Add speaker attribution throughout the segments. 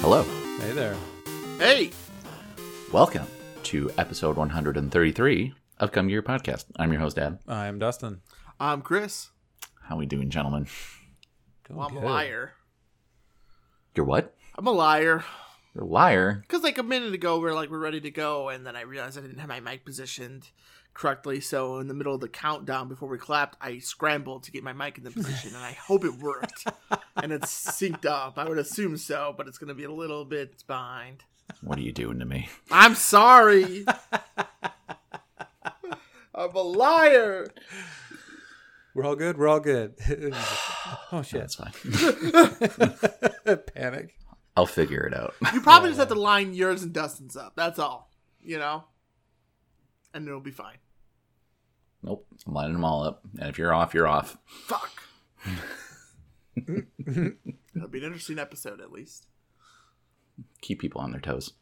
Speaker 1: Hello.
Speaker 2: Hey there.
Speaker 3: Hey,
Speaker 1: Welcome to episode 133 of Come Gear Podcast. I'm your host, Dad.
Speaker 2: I'm Dustin.
Speaker 3: I'm Chris.
Speaker 1: How we doing, gentlemen?
Speaker 2: Doing
Speaker 3: Well, I'm
Speaker 2: good.
Speaker 3: a liar.
Speaker 1: You're what?
Speaker 3: I'm a liar.
Speaker 1: You're a liar.
Speaker 3: Because like a minute ago, we are like we're ready to go, and then I realized I didn't have my mic positioned correctly. So in the middle of the countdown before we clapped, I scrambled to get my mic in the position, and I hope it worked. and it's synced up. I would assume so, but it's gonna be a little bit behind.
Speaker 1: What are you doing to me?
Speaker 3: I'm sorry. I'm a liar.
Speaker 2: We're all good. We're all good. oh shit!
Speaker 1: That's fine.
Speaker 2: Panic.
Speaker 1: I'll figure it out.
Speaker 3: You probably just have to line yours and Dustin's up. That's all. You know, and it'll be fine.
Speaker 1: nope. I'm lining them all up. And if you're off, you're off.
Speaker 3: Fuck. That'll be an interesting episode, at least.
Speaker 1: Keep people on their toes.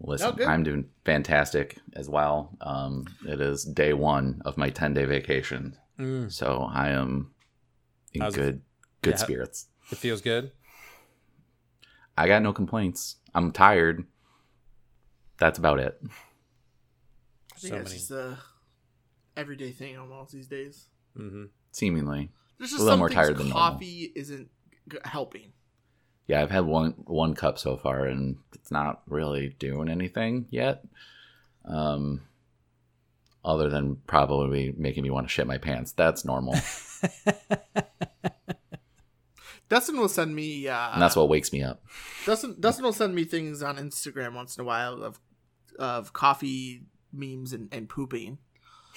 Speaker 1: Listen,
Speaker 3: good.
Speaker 1: I'm doing fantastic as well. Um, it is day one of my 10 day vacation.
Speaker 2: Mm.
Speaker 1: So I am in
Speaker 2: How's it-
Speaker 1: good good
Speaker 2: Yeah.
Speaker 1: spirits.
Speaker 2: It feels good.
Speaker 1: I got no complaints. I'm tired. That's about it.
Speaker 3: I think
Speaker 2: So
Speaker 3: that's
Speaker 2: many.
Speaker 3: just a everyday thing almost these days.
Speaker 2: Mm-hmm.
Speaker 1: Seemingly.
Speaker 3: There's just
Speaker 1: A little
Speaker 3: some
Speaker 1: more
Speaker 3: things
Speaker 1: tired than normal.
Speaker 3: coffee isn't g- helping.
Speaker 1: Yeah, I've had one one cup so far and it's not really doing anything yet. Um other than probably making me want to shit my pants. That's normal.
Speaker 3: Dustin will send me. Uh,
Speaker 1: and that's what wakes me up.
Speaker 3: Dustin Dustin will send me things on Instagram once in a while of of coffee memes and, and pooping.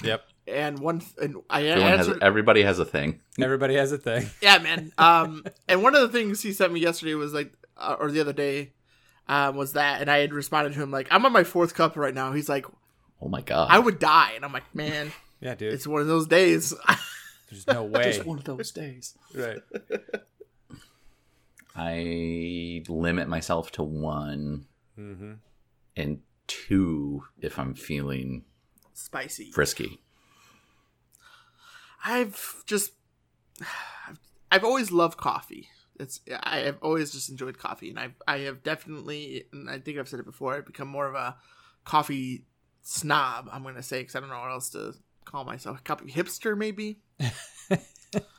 Speaker 2: Yep.
Speaker 3: And one th- and I
Speaker 1: Everyone has
Speaker 3: answered.
Speaker 1: everybody has a thing.
Speaker 2: Everybody has a thing.
Speaker 3: yeah, man. Um, and one of the things he sent me yesterday was like, uh, or the other day, um, was that, and I had responded to him like, "I'm on my fourth cup right now." He's like,
Speaker 1: Oh my god.
Speaker 3: I would die. And I'm like, man,
Speaker 2: Yeah, dude.
Speaker 3: it's one of those days.
Speaker 2: There's no way.
Speaker 1: Just one of those days.
Speaker 2: right.
Speaker 1: I limit myself to one
Speaker 2: Mm-hmm.
Speaker 1: and two if I'm feeling
Speaker 3: Spicy.
Speaker 1: frisky.
Speaker 3: I've just, I've always loved coffee. It's I have always just enjoyed coffee, and I I have definitely, and I think I've said it before, I've become more of a coffee snob. I'm gonna say because I don't know what else to call myself. Coffee hipster, maybe.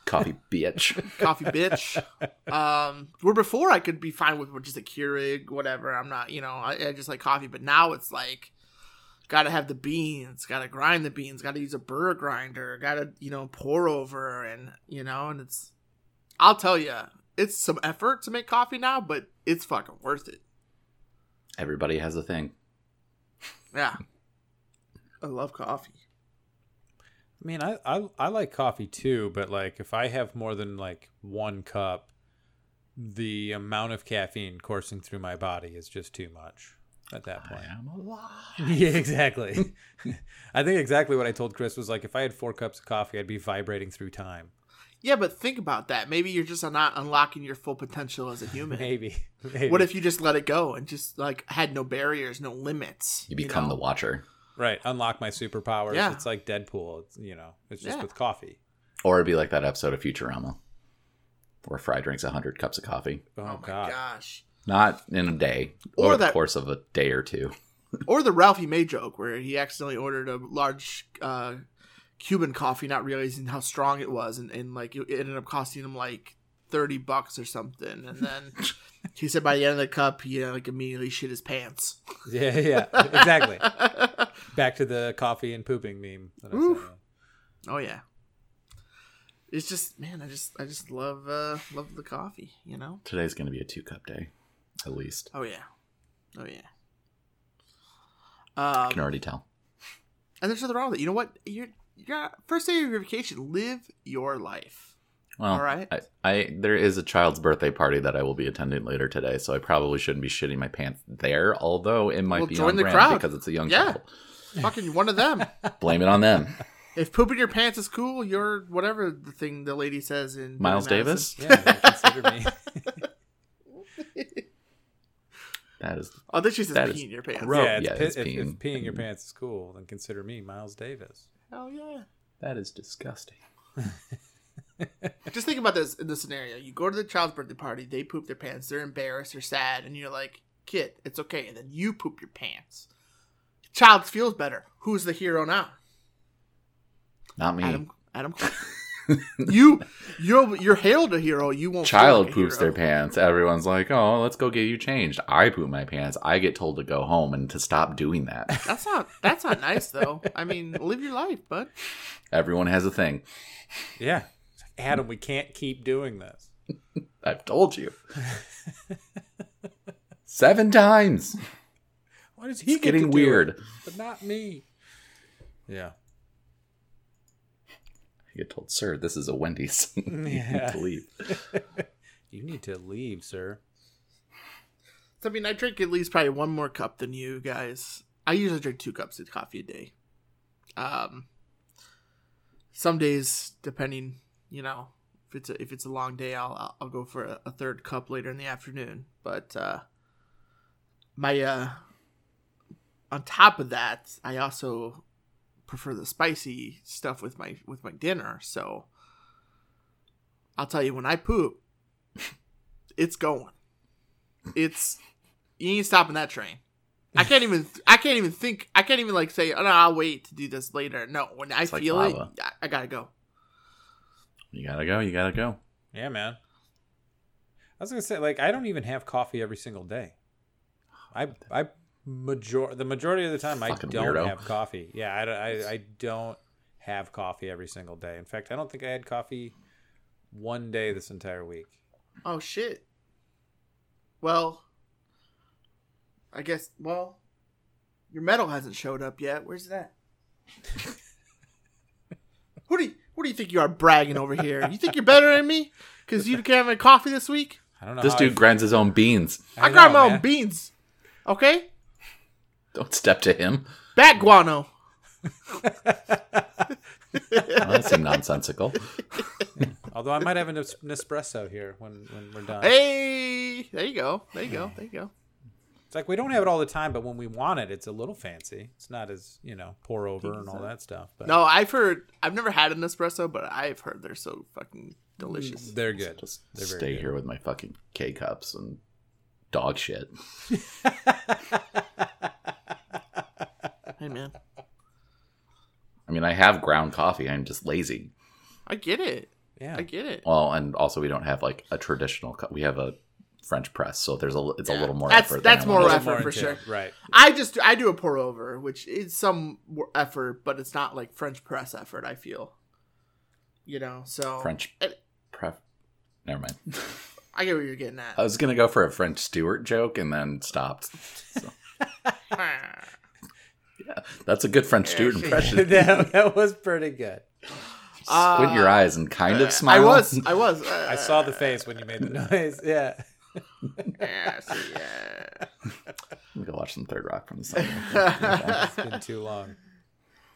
Speaker 1: Coffee bitch.
Speaker 3: coffee bitch. Um, where before I could be fine with just a Keurig, whatever. I'm not, you know, I, I just like coffee. But now it's like, gotta have the beans, gotta grind the beans, gotta use a burr grinder, gotta, you know, pour over, and you know, and it's, I'll tell you, it's some effort to make coffee now, but it's fucking worth it.
Speaker 1: Everybody has a thing.
Speaker 3: Yeah, I love coffee.
Speaker 2: I mean, I, I I like coffee too, but like if I have more than like one cup, the amount of caffeine coursing through my body is just too much at that point.
Speaker 1: am alive.
Speaker 2: Oh, Yeah, exactly. I think exactly what I told Chris was like if I had four cups of coffee, I'd be vibrating through time.
Speaker 3: Yeah, but think about that. Maybe you're just not unlocking your full potential as a human.
Speaker 2: Maybe. Maybe.
Speaker 3: What if you just let it go and just like had no barriers, no limits?
Speaker 1: You become
Speaker 3: know?
Speaker 1: the watcher.
Speaker 2: right? Unlock my superpowers.
Speaker 3: Yeah.
Speaker 2: It's like Deadpool. It's, you know, it's just
Speaker 3: Yeah.
Speaker 2: with coffee.
Speaker 1: Or it'd be like that episode of Futurama where Fry drinks 100 cups of coffee.
Speaker 2: Oh,
Speaker 3: Oh my
Speaker 2: god.
Speaker 3: gosh!
Speaker 1: Not in a day,
Speaker 3: Or
Speaker 1: over the
Speaker 3: that-
Speaker 1: course of a day or two.
Speaker 3: Or the Ralphie May joke where he accidentally ordered a large uh, Cuban coffee, not realizing how strong it was, and, and like it ended up costing him like thirty bucks or something. And then he said by the end of the cup, he uh, like immediately shit his pants.
Speaker 2: Yeah, yeah, exactly. Back to the coffee and pooping meme. That I sent
Speaker 3: Oof.
Speaker 2: you.
Speaker 3: Oh yeah. It's just man, I just I just love uh love the coffee, you know?
Speaker 1: Today's going to be a two cup day, at least.
Speaker 3: Oh yeah. Oh yeah. Um,
Speaker 1: I can already tell.
Speaker 3: And there's nothing wrong with it. You know what? You're, you're first day of your vacation. Live your life.
Speaker 1: Well,
Speaker 3: all right.
Speaker 1: I, I there is a child's birthday party that I will be attending later today, so I probably shouldn't be shitting my pants there. Although it might
Speaker 3: Well,
Speaker 1: be
Speaker 3: join
Speaker 1: on
Speaker 3: the
Speaker 1: brand
Speaker 3: crowd.
Speaker 1: because it's a young
Speaker 3: Yeah.
Speaker 1: child.
Speaker 3: Fucking one of them.
Speaker 1: Blame it on them.
Speaker 3: if pooping your pants is cool, you're whatever the thing the lady says in Billy
Speaker 1: Miles
Speaker 3: Madison.
Speaker 1: Davis.
Speaker 2: Yeah, they consider me.
Speaker 1: That is
Speaker 3: Oh, then she says
Speaker 1: That
Speaker 3: peeing
Speaker 1: is
Speaker 3: your pants.
Speaker 1: gross.
Speaker 2: yeah, it's
Speaker 1: yeah,
Speaker 2: pi-
Speaker 1: it's
Speaker 2: if, if
Speaker 1: peeing. Mm-hmm.
Speaker 2: peeing your pants is cool, then consider me Miles Davis.
Speaker 3: Hell yeah.
Speaker 1: that is disgusting.
Speaker 3: Just think about this in this scenario. You go to the child's birthday party, they poop their pants, they're embarrassed, they're sad, and you're like, kid, it's okay. And then you poop your pants. Child feels better. Who's the hero now?
Speaker 1: Not me.
Speaker 3: Adam Adam You you're you're hailed a hero, you won't feel
Speaker 1: Child
Speaker 3: like a
Speaker 1: poops their
Speaker 3: hero.
Speaker 1: pants. Everyone's like, "Oh, let's go get you changed." I poop my pants. I get told to go home and to stop doing that.
Speaker 3: That's not that's not nice though. I mean, live your life, bud.
Speaker 1: Everyone has a thing.
Speaker 2: Yeah. Adam, we can't keep doing this.
Speaker 1: I've told you seven times.
Speaker 2: Why does he
Speaker 1: It's
Speaker 2: get to
Speaker 1: getting
Speaker 2: do it,
Speaker 1: weird.
Speaker 2: but not me. Yeah.
Speaker 1: I get told, "Sir, this is a Wendy's." You need
Speaker 2: Yeah.
Speaker 1: to leave.
Speaker 2: You need to leave, sir.
Speaker 3: So, I mean, I drink at least probably one more cup than you guys. I usually drink two cups of coffee a day. Um, some days, depending, you know, if it's a, if it's a long day, I'll I'll- I'll go for a, a third cup later in the afternoon. But uh, my uh, on top of that, I also prefer the spicy stuff with my with my dinner. So I'll tell you, when I poop, it's going it's you ain't stopping that train. I can't even I can't even think I can't even like say oh no I'll wait to do this later. No, when I
Speaker 1: It's like
Speaker 3: feel it,
Speaker 1: lava.
Speaker 3: I, I gotta go.
Speaker 1: You gotta go. You gotta go.
Speaker 2: Yeah, man. I was gonna say, like, I don't even have coffee every single day. I, I major the majority of the time I
Speaker 1: Fucking
Speaker 2: don't
Speaker 1: weirdo.
Speaker 2: have coffee. Yeah, I, don't- I, I don't have coffee every single day. In fact, I don't think I had coffee one day this entire week.
Speaker 3: Oh shit. Well, I guess well, your medal hasn't showed up yet. Where's that? who do you, who do you think you are bragging over here? You think you're better than me because you can't have any coffee this week?
Speaker 2: Uh, I don't know.
Speaker 1: This
Speaker 2: how
Speaker 1: dude grinds his own beans.
Speaker 2: I,
Speaker 3: I, grind
Speaker 2: know,
Speaker 3: my
Speaker 2: man.
Speaker 3: own beans. Okay,
Speaker 1: Don't step to him.
Speaker 3: bat guano.
Speaker 1: Oh, that seemed nonsensical.
Speaker 2: Although I might have an es- Nespresso here when when we're done.
Speaker 3: Hey, there you go. There you go. There you go.
Speaker 2: It's like we don't have it all the time, but when we want it, it's a little fancy. It's not as you know pour over and all that stuff. But
Speaker 3: No, I've heard. I've never had an espresso, but I've heard they're so fucking delicious.
Speaker 2: they're good.
Speaker 1: Just
Speaker 2: They're very
Speaker 1: stay
Speaker 2: good.
Speaker 1: here with my fucking K cups and dog shit.
Speaker 2: Mm.
Speaker 3: Hey man,
Speaker 1: I mean, I have ground coffee. I'm just lazy.
Speaker 3: I get it.
Speaker 2: Yeah,
Speaker 3: I get it.
Speaker 1: Well, and also we don't have like a traditional. cup. We have a French press, so there's a. l- It's a little more.
Speaker 3: That's-
Speaker 1: effort
Speaker 3: that's
Speaker 1: than I
Speaker 3: more
Speaker 1: wanted.
Speaker 2: little
Speaker 3: effort
Speaker 2: more into
Speaker 3: for sure.
Speaker 2: it, Right.
Speaker 3: I just I do a pour over, which is some wor- effort, but it's not like French press effort. I feel, you know. So
Speaker 1: French
Speaker 3: It-
Speaker 1: prep. Never mind.
Speaker 3: I get what you're getting
Speaker 1: I
Speaker 3: at.
Speaker 1: was gonna go for a French Stewart joke and then stopped. So, that's a good French Stewart impression.
Speaker 2: that, that was pretty good.
Speaker 1: Squint your
Speaker 3: Uh,
Speaker 1: eyes and kind of smile.
Speaker 3: I was. I was. Uh,
Speaker 2: I saw the face when you made the noise. Yeah.
Speaker 3: yeah, so, yeah.
Speaker 1: I'm gonna watch some Third Rock from the sun.
Speaker 2: It's been too long.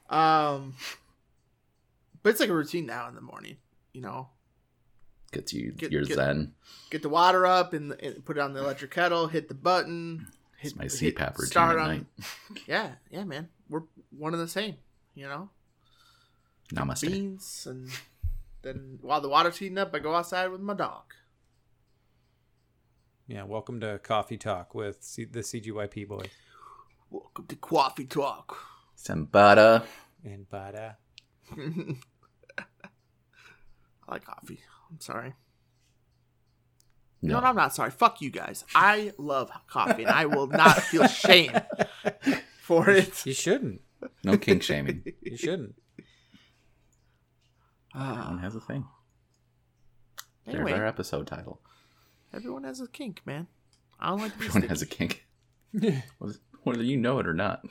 Speaker 3: um, but it's like a routine now in the morning. You know,
Speaker 1: Gets you
Speaker 3: Get-
Speaker 1: your
Speaker 3: get-
Speaker 1: zen.
Speaker 3: get the water up and, and put it on the electric kettle, hit the button. Hit,
Speaker 1: It's my
Speaker 3: hit
Speaker 1: CPAP routine
Speaker 3: start
Speaker 1: at
Speaker 3: on-
Speaker 1: night.
Speaker 3: Yeah, yeah, man. We're one of the same, you know?
Speaker 1: Namaste.
Speaker 3: Beans and then while the water's heating up, I go outside with my dog.
Speaker 2: Yeah. Welcome to Coffee Talk with C- the CGYP boy
Speaker 3: Welcome to Coffee Talk.
Speaker 1: Some butter.
Speaker 2: and uh, Bada.
Speaker 3: I like coffee. I'm sorry. No.
Speaker 1: No.
Speaker 3: I'm not sorry. Fuck you guys. I love coffee and I will not feel shame for it.
Speaker 2: You shouldn't.
Speaker 1: No king shaming.
Speaker 2: You shouldn't.
Speaker 3: Uh,
Speaker 1: Everyone has a thing. There's our
Speaker 3: anyway,
Speaker 1: episode title.
Speaker 3: everyone has a kink, man. I don't like to be
Speaker 1: Everyone
Speaker 3: sticky.
Speaker 1: has a kink. Whether- Whether you know it or not.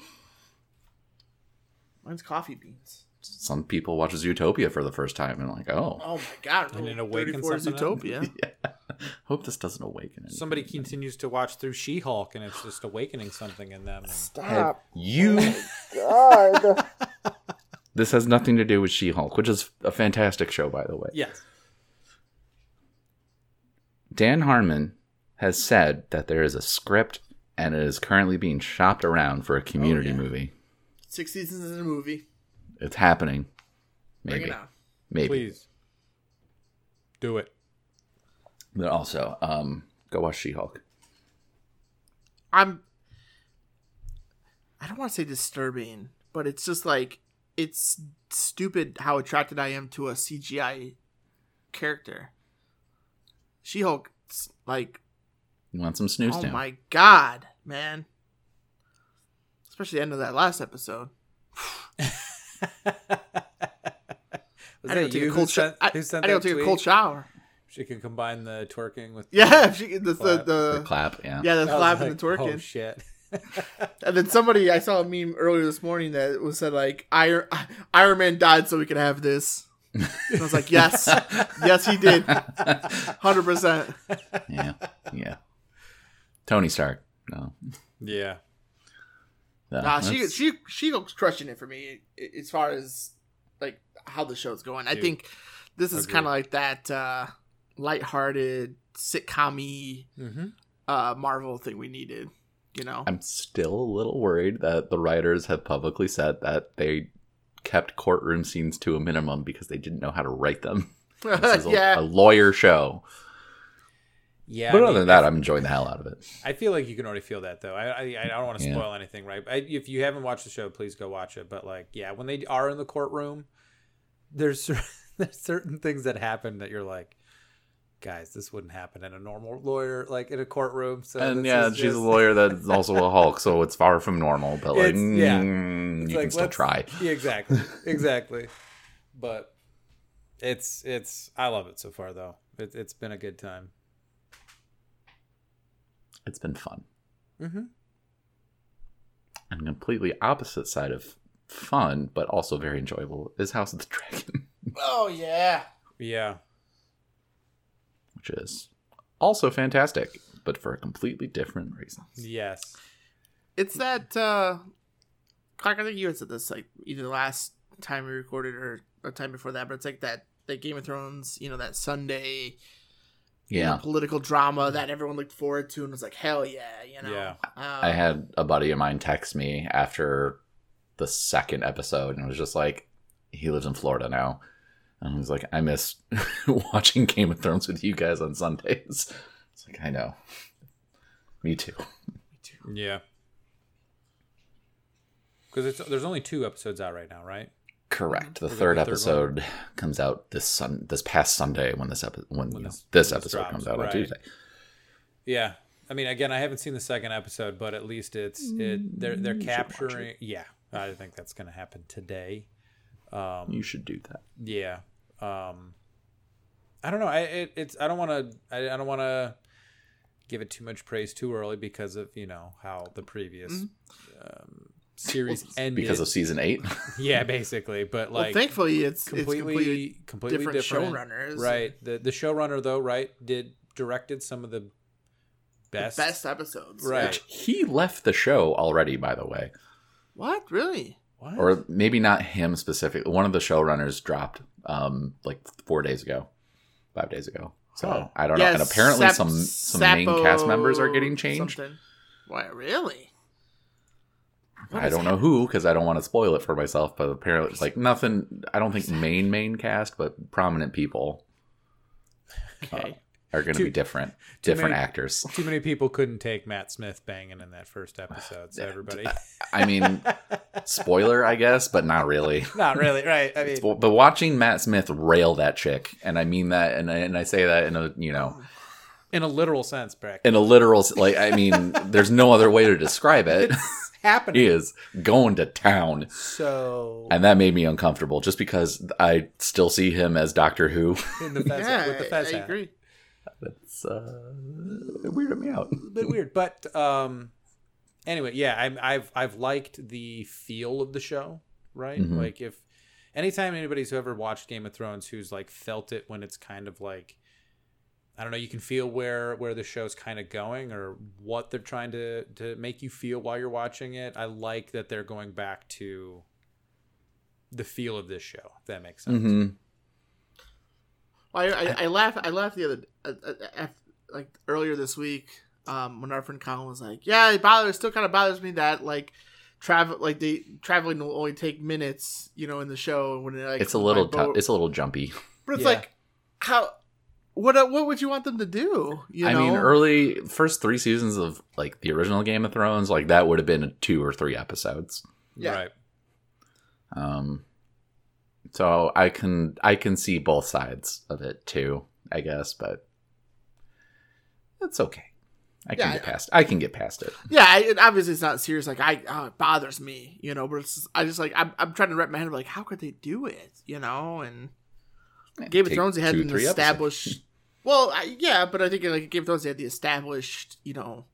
Speaker 3: Mine's coffee beans.
Speaker 1: Some people watch Zootopia for the first time and like, oh,
Speaker 3: Oh my god!
Speaker 2: And it
Speaker 3: Rule
Speaker 2: awakens
Speaker 3: 34
Speaker 2: something up.
Speaker 3: Zootopia.
Speaker 1: hope this doesn't awaken anything.
Speaker 2: Somebody continues to watch through She Hulk and it's just awakening something in them.
Speaker 1: Have
Speaker 3: Stop.
Speaker 1: you This has nothing to do with She-Hulk, which is a fantastic show by the way.
Speaker 2: Yes.
Speaker 1: Dan Harmon has said that there is a script and it is currently being shopped around for a community
Speaker 3: Oh, yeah.
Speaker 1: movie.
Speaker 3: Six seasons in a movie.
Speaker 1: It's happening.
Speaker 3: Bring
Speaker 1: Maybe.
Speaker 3: it on.
Speaker 1: Maybe.
Speaker 2: Please. Do it.
Speaker 1: Then also, um, go watch She Hulk.
Speaker 3: I'm I don't want to say disturbing, but it's just like it's stupid how attracted I am to a CGI character. She Hulk, like,
Speaker 1: You want some snooze
Speaker 3: oh
Speaker 1: down?
Speaker 3: my god, man! Especially the end of that last episode.
Speaker 2: Was
Speaker 3: I didn't
Speaker 2: that
Speaker 3: take
Speaker 2: you
Speaker 3: a
Speaker 2: who
Speaker 3: cold shower.
Speaker 2: sent-
Speaker 3: I, I
Speaker 2: who sent
Speaker 3: didn't
Speaker 2: that
Speaker 3: take a
Speaker 2: tweet?
Speaker 3: cold shower.
Speaker 2: She can combine the twerking with
Speaker 3: Yeah, if she, the, the,
Speaker 2: Clap.
Speaker 1: The
Speaker 3: the
Speaker 1: clap, yeah.
Speaker 3: yeah, the
Speaker 2: I was
Speaker 3: flap and
Speaker 2: like,
Speaker 3: the twerking.
Speaker 2: Oh shit!
Speaker 3: And then somebody, I saw a meme earlier this morning that was said like Iron Iron Man died so we could have this. And I was like, yes, yes, he did, hundred percent.
Speaker 1: yeah, yeah. Tony Stark. No,
Speaker 2: Yeah,
Speaker 1: No,
Speaker 3: Nah, she
Speaker 1: that's-
Speaker 3: she she looks crushing it for me i- as far as like how the show's going. I
Speaker 2: Dude,
Speaker 3: think this is
Speaker 2: agree.
Speaker 3: kind of like that uh, lighthearted sitcom
Speaker 2: mm-hmm.
Speaker 3: uh, Marvel thing we needed. You know,
Speaker 1: I'm still a little worried that the writers have publicly said that they kept courtroom scenes to a minimum because they didn't know how to write them. This is a,
Speaker 3: yeah,
Speaker 1: a lawyer show.
Speaker 2: yeah.
Speaker 1: but
Speaker 2: I
Speaker 1: other
Speaker 2: mean,
Speaker 1: than that, I'm enjoying the hell out of it.
Speaker 2: I feel like you can already feel that though. I I, I don't want to
Speaker 1: Yeah.
Speaker 2: spoil anything, right? I, if you haven't watched the show, please go watch it. But like, yeah, when they are in the courtroom, there's cer- there's certain things that happen that you're like, guys, this wouldn't happen in a normal lawyer like in a courtroom. So
Speaker 1: and
Speaker 2: this
Speaker 1: yeah,
Speaker 2: is
Speaker 1: she's
Speaker 2: just-
Speaker 1: a lawyer that's also a Hulk, so it's far from normal. But like,
Speaker 2: It's- yeah.
Speaker 1: mm,
Speaker 2: It's
Speaker 1: you can
Speaker 2: like,
Speaker 1: still
Speaker 2: let's-
Speaker 1: try.
Speaker 2: Yeah, exactly, exactly. But it's it's I love it so far though. It, it's been a good time.
Speaker 1: It's been fun.
Speaker 2: Mm-hmm.
Speaker 1: And completely opposite side of fun, but also very enjoyable, is House of the Dragon,
Speaker 3: oh yeah.
Speaker 2: Yeah.
Speaker 1: which is also fantastic, but for a completely different reason.
Speaker 2: Yes.
Speaker 3: It's that uh Clark, I think you had said this like either the last time we recorded or the time before that, but it's like that that Game of Thrones, you know, that Sunday you know,
Speaker 1: Yeah.
Speaker 3: political drama that everyone looked forward to and was like, Hell yeah, you know.
Speaker 2: Yeah.
Speaker 3: Um,
Speaker 1: I had a buddy of mine text me after the second episode and was just like, he lives in Florida now. And he was like, I miss watching Game of Thrones with you guys on Sundays. It's like, I know. Me too.
Speaker 2: Yeah. Because there's only two episodes out right now, right?
Speaker 1: Correct. The
Speaker 2: Okay,
Speaker 1: third
Speaker 2: the third
Speaker 1: episode comes out this sun this past Sunday when this epi- when,
Speaker 2: When
Speaker 1: this,
Speaker 2: this- when this
Speaker 1: episode
Speaker 2: drops,
Speaker 1: comes out on
Speaker 2: right.
Speaker 1: Tuesday.
Speaker 2: Yeah. I mean, again, I haven't seen the second episode, but at least it's it they're they're capturing. Yeah, I think that's going to happen today. Um,
Speaker 1: You should do that.
Speaker 2: yeah. Um, I don't know. I it, it's I don't want to I, I don't want to give it too much praise too early because of you know how the previous um, series ended.
Speaker 1: Because of season eight.
Speaker 2: yeah, basically. But
Speaker 3: well
Speaker 2: like
Speaker 3: thankfully it's
Speaker 2: completely
Speaker 3: it's completely
Speaker 2: completely
Speaker 3: different
Speaker 2: different,
Speaker 3: showrunners.
Speaker 2: Right. The the showrunner though, right, did directed some of the
Speaker 3: the
Speaker 2: best,
Speaker 3: best episodes.
Speaker 2: Right.
Speaker 1: Which he left the show already, by the way.
Speaker 3: What? Really?
Speaker 2: What?
Speaker 1: Or maybe not him specifically. One of the showrunners dropped um like four days ago. Five days ago. So
Speaker 2: Huh.
Speaker 1: I don't know. And apparently
Speaker 3: Oh. Sap-
Speaker 1: some some main
Speaker 3: Sapo
Speaker 1: cast members are getting changed.
Speaker 3: something. Why really? What
Speaker 1: I
Speaker 3: is
Speaker 1: don't know who because I don't want to spoil it for myself, but apparently it's like nothing I don't think main main cast, but prominent people uh,
Speaker 3: Okay.
Speaker 1: are going to
Speaker 2: Too-
Speaker 1: be different,
Speaker 2: too
Speaker 1: different
Speaker 2: many-
Speaker 1: actors.
Speaker 2: Too many people couldn't take Matt Smith banging in that first episode, so everybody
Speaker 1: I mean, spoiler, I guess, but not really.
Speaker 2: not really right. I mean,
Speaker 1: But but watching Matt Smith rail that chick, and I mean that, and I, and I say that in a you know
Speaker 2: in a literal sense, Breck,
Speaker 1: in a literal s- like I mean, there's no other way to describe it.
Speaker 2: it's happening.
Speaker 1: he is going to town,
Speaker 2: So
Speaker 1: and that made me uncomfortable just because I still see him as Doctor Who.
Speaker 2: in the fez,
Speaker 3: yeah,
Speaker 2: with the
Speaker 3: I,
Speaker 2: fez
Speaker 3: I
Speaker 2: hat.
Speaker 3: agree.
Speaker 1: It's uh, it weirded me out.
Speaker 2: a bit weird, but um, anyway, yeah, I'm, I've I've liked the feel of the show, right?
Speaker 1: Mhm.
Speaker 2: Like if anytime anybody's who ever watched Game of Thrones who's like felt it when it's kind of like I don't know, you can feel where where the show's kind of going or what they're trying to to make you feel while you're watching it. I like that they're going back to the feel of this show. If that makes sense.
Speaker 1: hmm
Speaker 3: Well, I, I, I laugh. I laughed the other uh, uh, uh, like earlier this week um, when our friend Colin was like, "Yeah, it bothers. It still kind of bothers me that like travel like they traveling will only take minutes, you know, in the show when they like
Speaker 1: It's a little
Speaker 3: by boat."
Speaker 1: tou- it's a little jumpy.
Speaker 3: but it's
Speaker 2: yeah.
Speaker 3: like how what uh, what would you want them to do? You
Speaker 1: I
Speaker 3: know?
Speaker 1: mean, early first three seasons of like the original Game of Thrones, like that would have been two or three episodes.
Speaker 3: Yeah.
Speaker 2: Right.
Speaker 1: Um, so I can I can see both sides of it too, I guess, but it's okay. I can
Speaker 3: Yeah,
Speaker 1: get past. I can get past it.
Speaker 3: yeah, I, it, obviously it's not serious. Like I, oh, it bothers me, you know. But it's just- I just like I'm, I'm trying to wrap my head like, how could they do it, you know? And Game of
Speaker 1: Take
Speaker 3: Thrones they had
Speaker 1: two,
Speaker 3: an
Speaker 1: three episodes.
Speaker 3: established. Well, I, yeah, but I think like Game of Thrones they had the established, you know,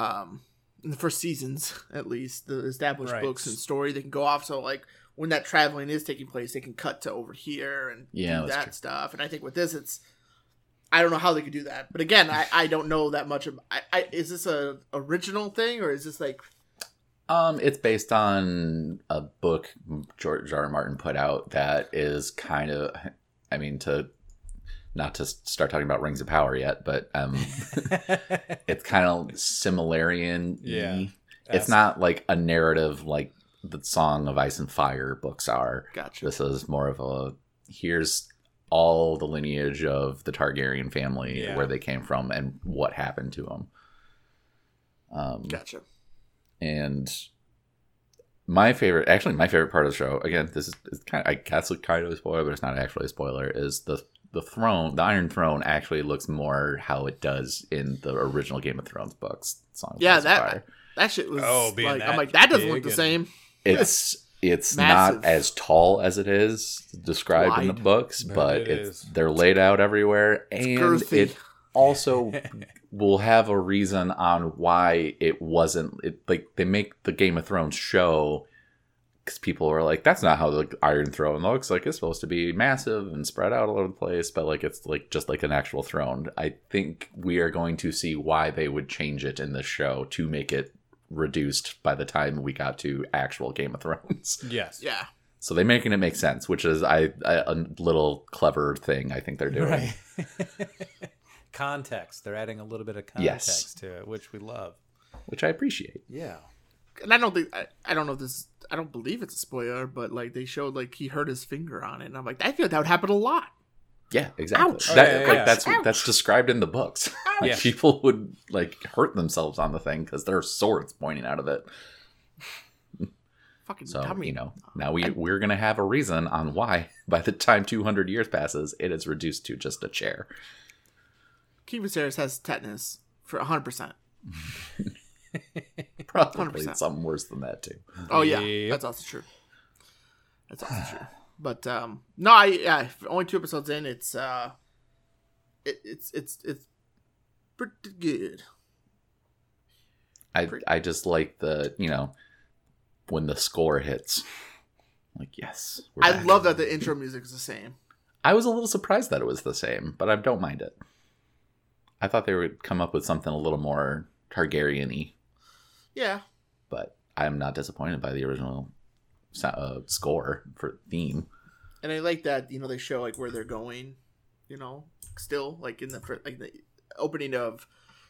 Speaker 3: um, in the first seasons at least the established
Speaker 2: Right.
Speaker 3: books and story they can go off. So like when that traveling is taking place, they can cut to over here and
Speaker 1: Yeah,
Speaker 3: do
Speaker 1: that's
Speaker 3: that
Speaker 1: true.
Speaker 3: stuff. And I think with this, it's I don't know how they could do that. But again, I, I don't know that much. Of, I, I is this a original thing or is this like
Speaker 1: Um, it's based on a book George R. R. Martin put out that is kind of, I mean, to not to start talking about Rings of Power yet, but um, it's kind of similarian.
Speaker 2: Yeah.
Speaker 1: it's not like a narrative like the Song of Ice and Fire books are.
Speaker 3: gotcha?
Speaker 1: This is more of a here's all the lineage of the Targaryen family,
Speaker 2: Yeah.
Speaker 1: where they came from, and what happened to them. Um,
Speaker 3: Gotcha.
Speaker 1: and my favorite actually my favorite part of the show again this is it's kind of i guess it's kind of a spoiler but it's not actually a spoiler is the the throne the iron throne actually looks more how it does in the original game of thrones books song of
Speaker 3: Yeah,
Speaker 1: Ice and
Speaker 3: that-
Speaker 1: Fire.
Speaker 3: That shit was
Speaker 2: Oh, being
Speaker 3: like
Speaker 2: that
Speaker 3: I'm like that doesn't look
Speaker 2: big
Speaker 3: the
Speaker 2: and-
Speaker 3: same.
Speaker 1: it's it's
Speaker 3: Massive.
Speaker 1: not as tall as it is described in the
Speaker 3: Wide.
Speaker 1: books
Speaker 2: But
Speaker 1: but
Speaker 2: it
Speaker 1: it's
Speaker 2: is.
Speaker 1: they're laid out everywhere and
Speaker 3: girthy.
Speaker 1: it also will have a reason on why it wasn't it like they make the game of thrones show because people are like that's not how the iron throne looks like it's supposed to be massive and spread out all over the place but like it's like just like an actual throne i think we are going to see why they would change it in the show to make it reduced by the time we got to actual game of thrones
Speaker 2: Yes.
Speaker 3: Yeah.
Speaker 1: so they're making it make sense which is I I- a little clever thing i think they're doing
Speaker 2: Right. context. They're adding a little bit of context
Speaker 1: Yes.
Speaker 2: to it, which we love.
Speaker 1: which i appreciate
Speaker 2: Yeah.
Speaker 3: and I don't think I, I don't know if this I don't believe it's a spoiler, but like they showed like he hurt his finger on it, and I'm like, I feel that would happen a lot.
Speaker 1: Yeah, exactly.
Speaker 3: Ouch.
Speaker 1: That-
Speaker 2: Oh, yeah, yeah,
Speaker 1: like,
Speaker 2: yeah.
Speaker 1: That's
Speaker 3: Ouch.
Speaker 1: that's described in the books. like,
Speaker 2: Yeah.
Speaker 1: People would like hurt themselves on the thing because there are swords pointing out of it.
Speaker 3: Fucking
Speaker 1: So
Speaker 3: dummy.
Speaker 1: you know, now we we're gonna have a reason on why. By the time two hundred years passes, it is reduced to just a chair.
Speaker 3: Key Viserys has tetanus for 100. percent
Speaker 1: Probably
Speaker 3: 100%.
Speaker 1: something worse than that too.
Speaker 3: Oh yeah,
Speaker 2: Yep.
Speaker 3: that's also true. That's also true. But um, no, I yeah, only two episodes in. It's uh, it, it's it's it's pretty good.
Speaker 1: I I just like the you know when the score hits. Like yes, we're
Speaker 3: I
Speaker 1: back.
Speaker 3: love that the intro music is the same.
Speaker 1: I was a little surprised that it was the same, but I don't mind it. I thought they would come up with something a little more Targaryen-y.
Speaker 3: Yeah,
Speaker 1: but I'm not disappointed by the original so- uh, score for theme.
Speaker 3: and I like that you know they show like where they're going, you know, still like in the fir- like the opening of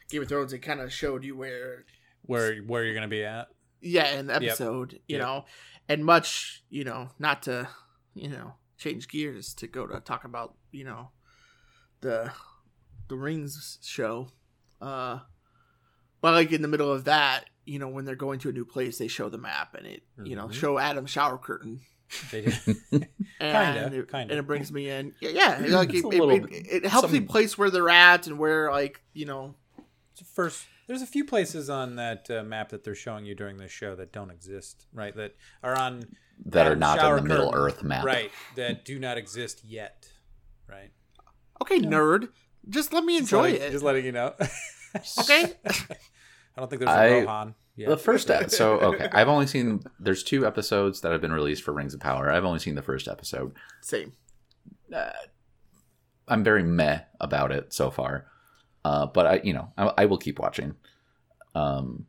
Speaker 3: Game of Thrones, it kind of showed you where
Speaker 2: Where where you're gonna be at?
Speaker 3: yeah in the
Speaker 2: Yep.
Speaker 3: episode, you
Speaker 2: Yep.
Speaker 3: know, and much you know not to you know change gears to go to talk about you know the the Rings show, uh, but like in the middle of that. You know, when they're going to a new place, they show the map and it, you know,
Speaker 2: Mhm.
Speaker 3: show Adam shower curtain
Speaker 2: They do.
Speaker 3: and
Speaker 2: Kinda,
Speaker 3: it,
Speaker 2: kinda.
Speaker 3: and it brings me in. Yeah, yeah. Like it,
Speaker 1: It's a
Speaker 3: it-
Speaker 1: little
Speaker 3: it-
Speaker 1: bit-
Speaker 3: it helps me
Speaker 1: some-
Speaker 3: place where they're at and where like you know.
Speaker 2: It's the first there's a few places on that uh, map that they're showing you during this show that don't exist, right? That are on
Speaker 1: That
Speaker 2: Yeah,
Speaker 1: are not
Speaker 2: shower
Speaker 1: in the Middle
Speaker 2: curtain.
Speaker 1: Earth map.
Speaker 2: right that do not exist yet, right?
Speaker 3: Okay, nerd, just let me enjoy
Speaker 2: Letting- Just
Speaker 3: it.
Speaker 2: letting you know.
Speaker 3: Okay,
Speaker 2: I don't think there's a
Speaker 1: I-
Speaker 2: Rohan. Yeah.
Speaker 1: The first ep- so okay. I've only seen there's two episodes that have been released for Rings of Power. I've only seen the first episode.
Speaker 3: same.
Speaker 1: I'm very meh about it so far, uh, but I you know I, I will keep watching. Um,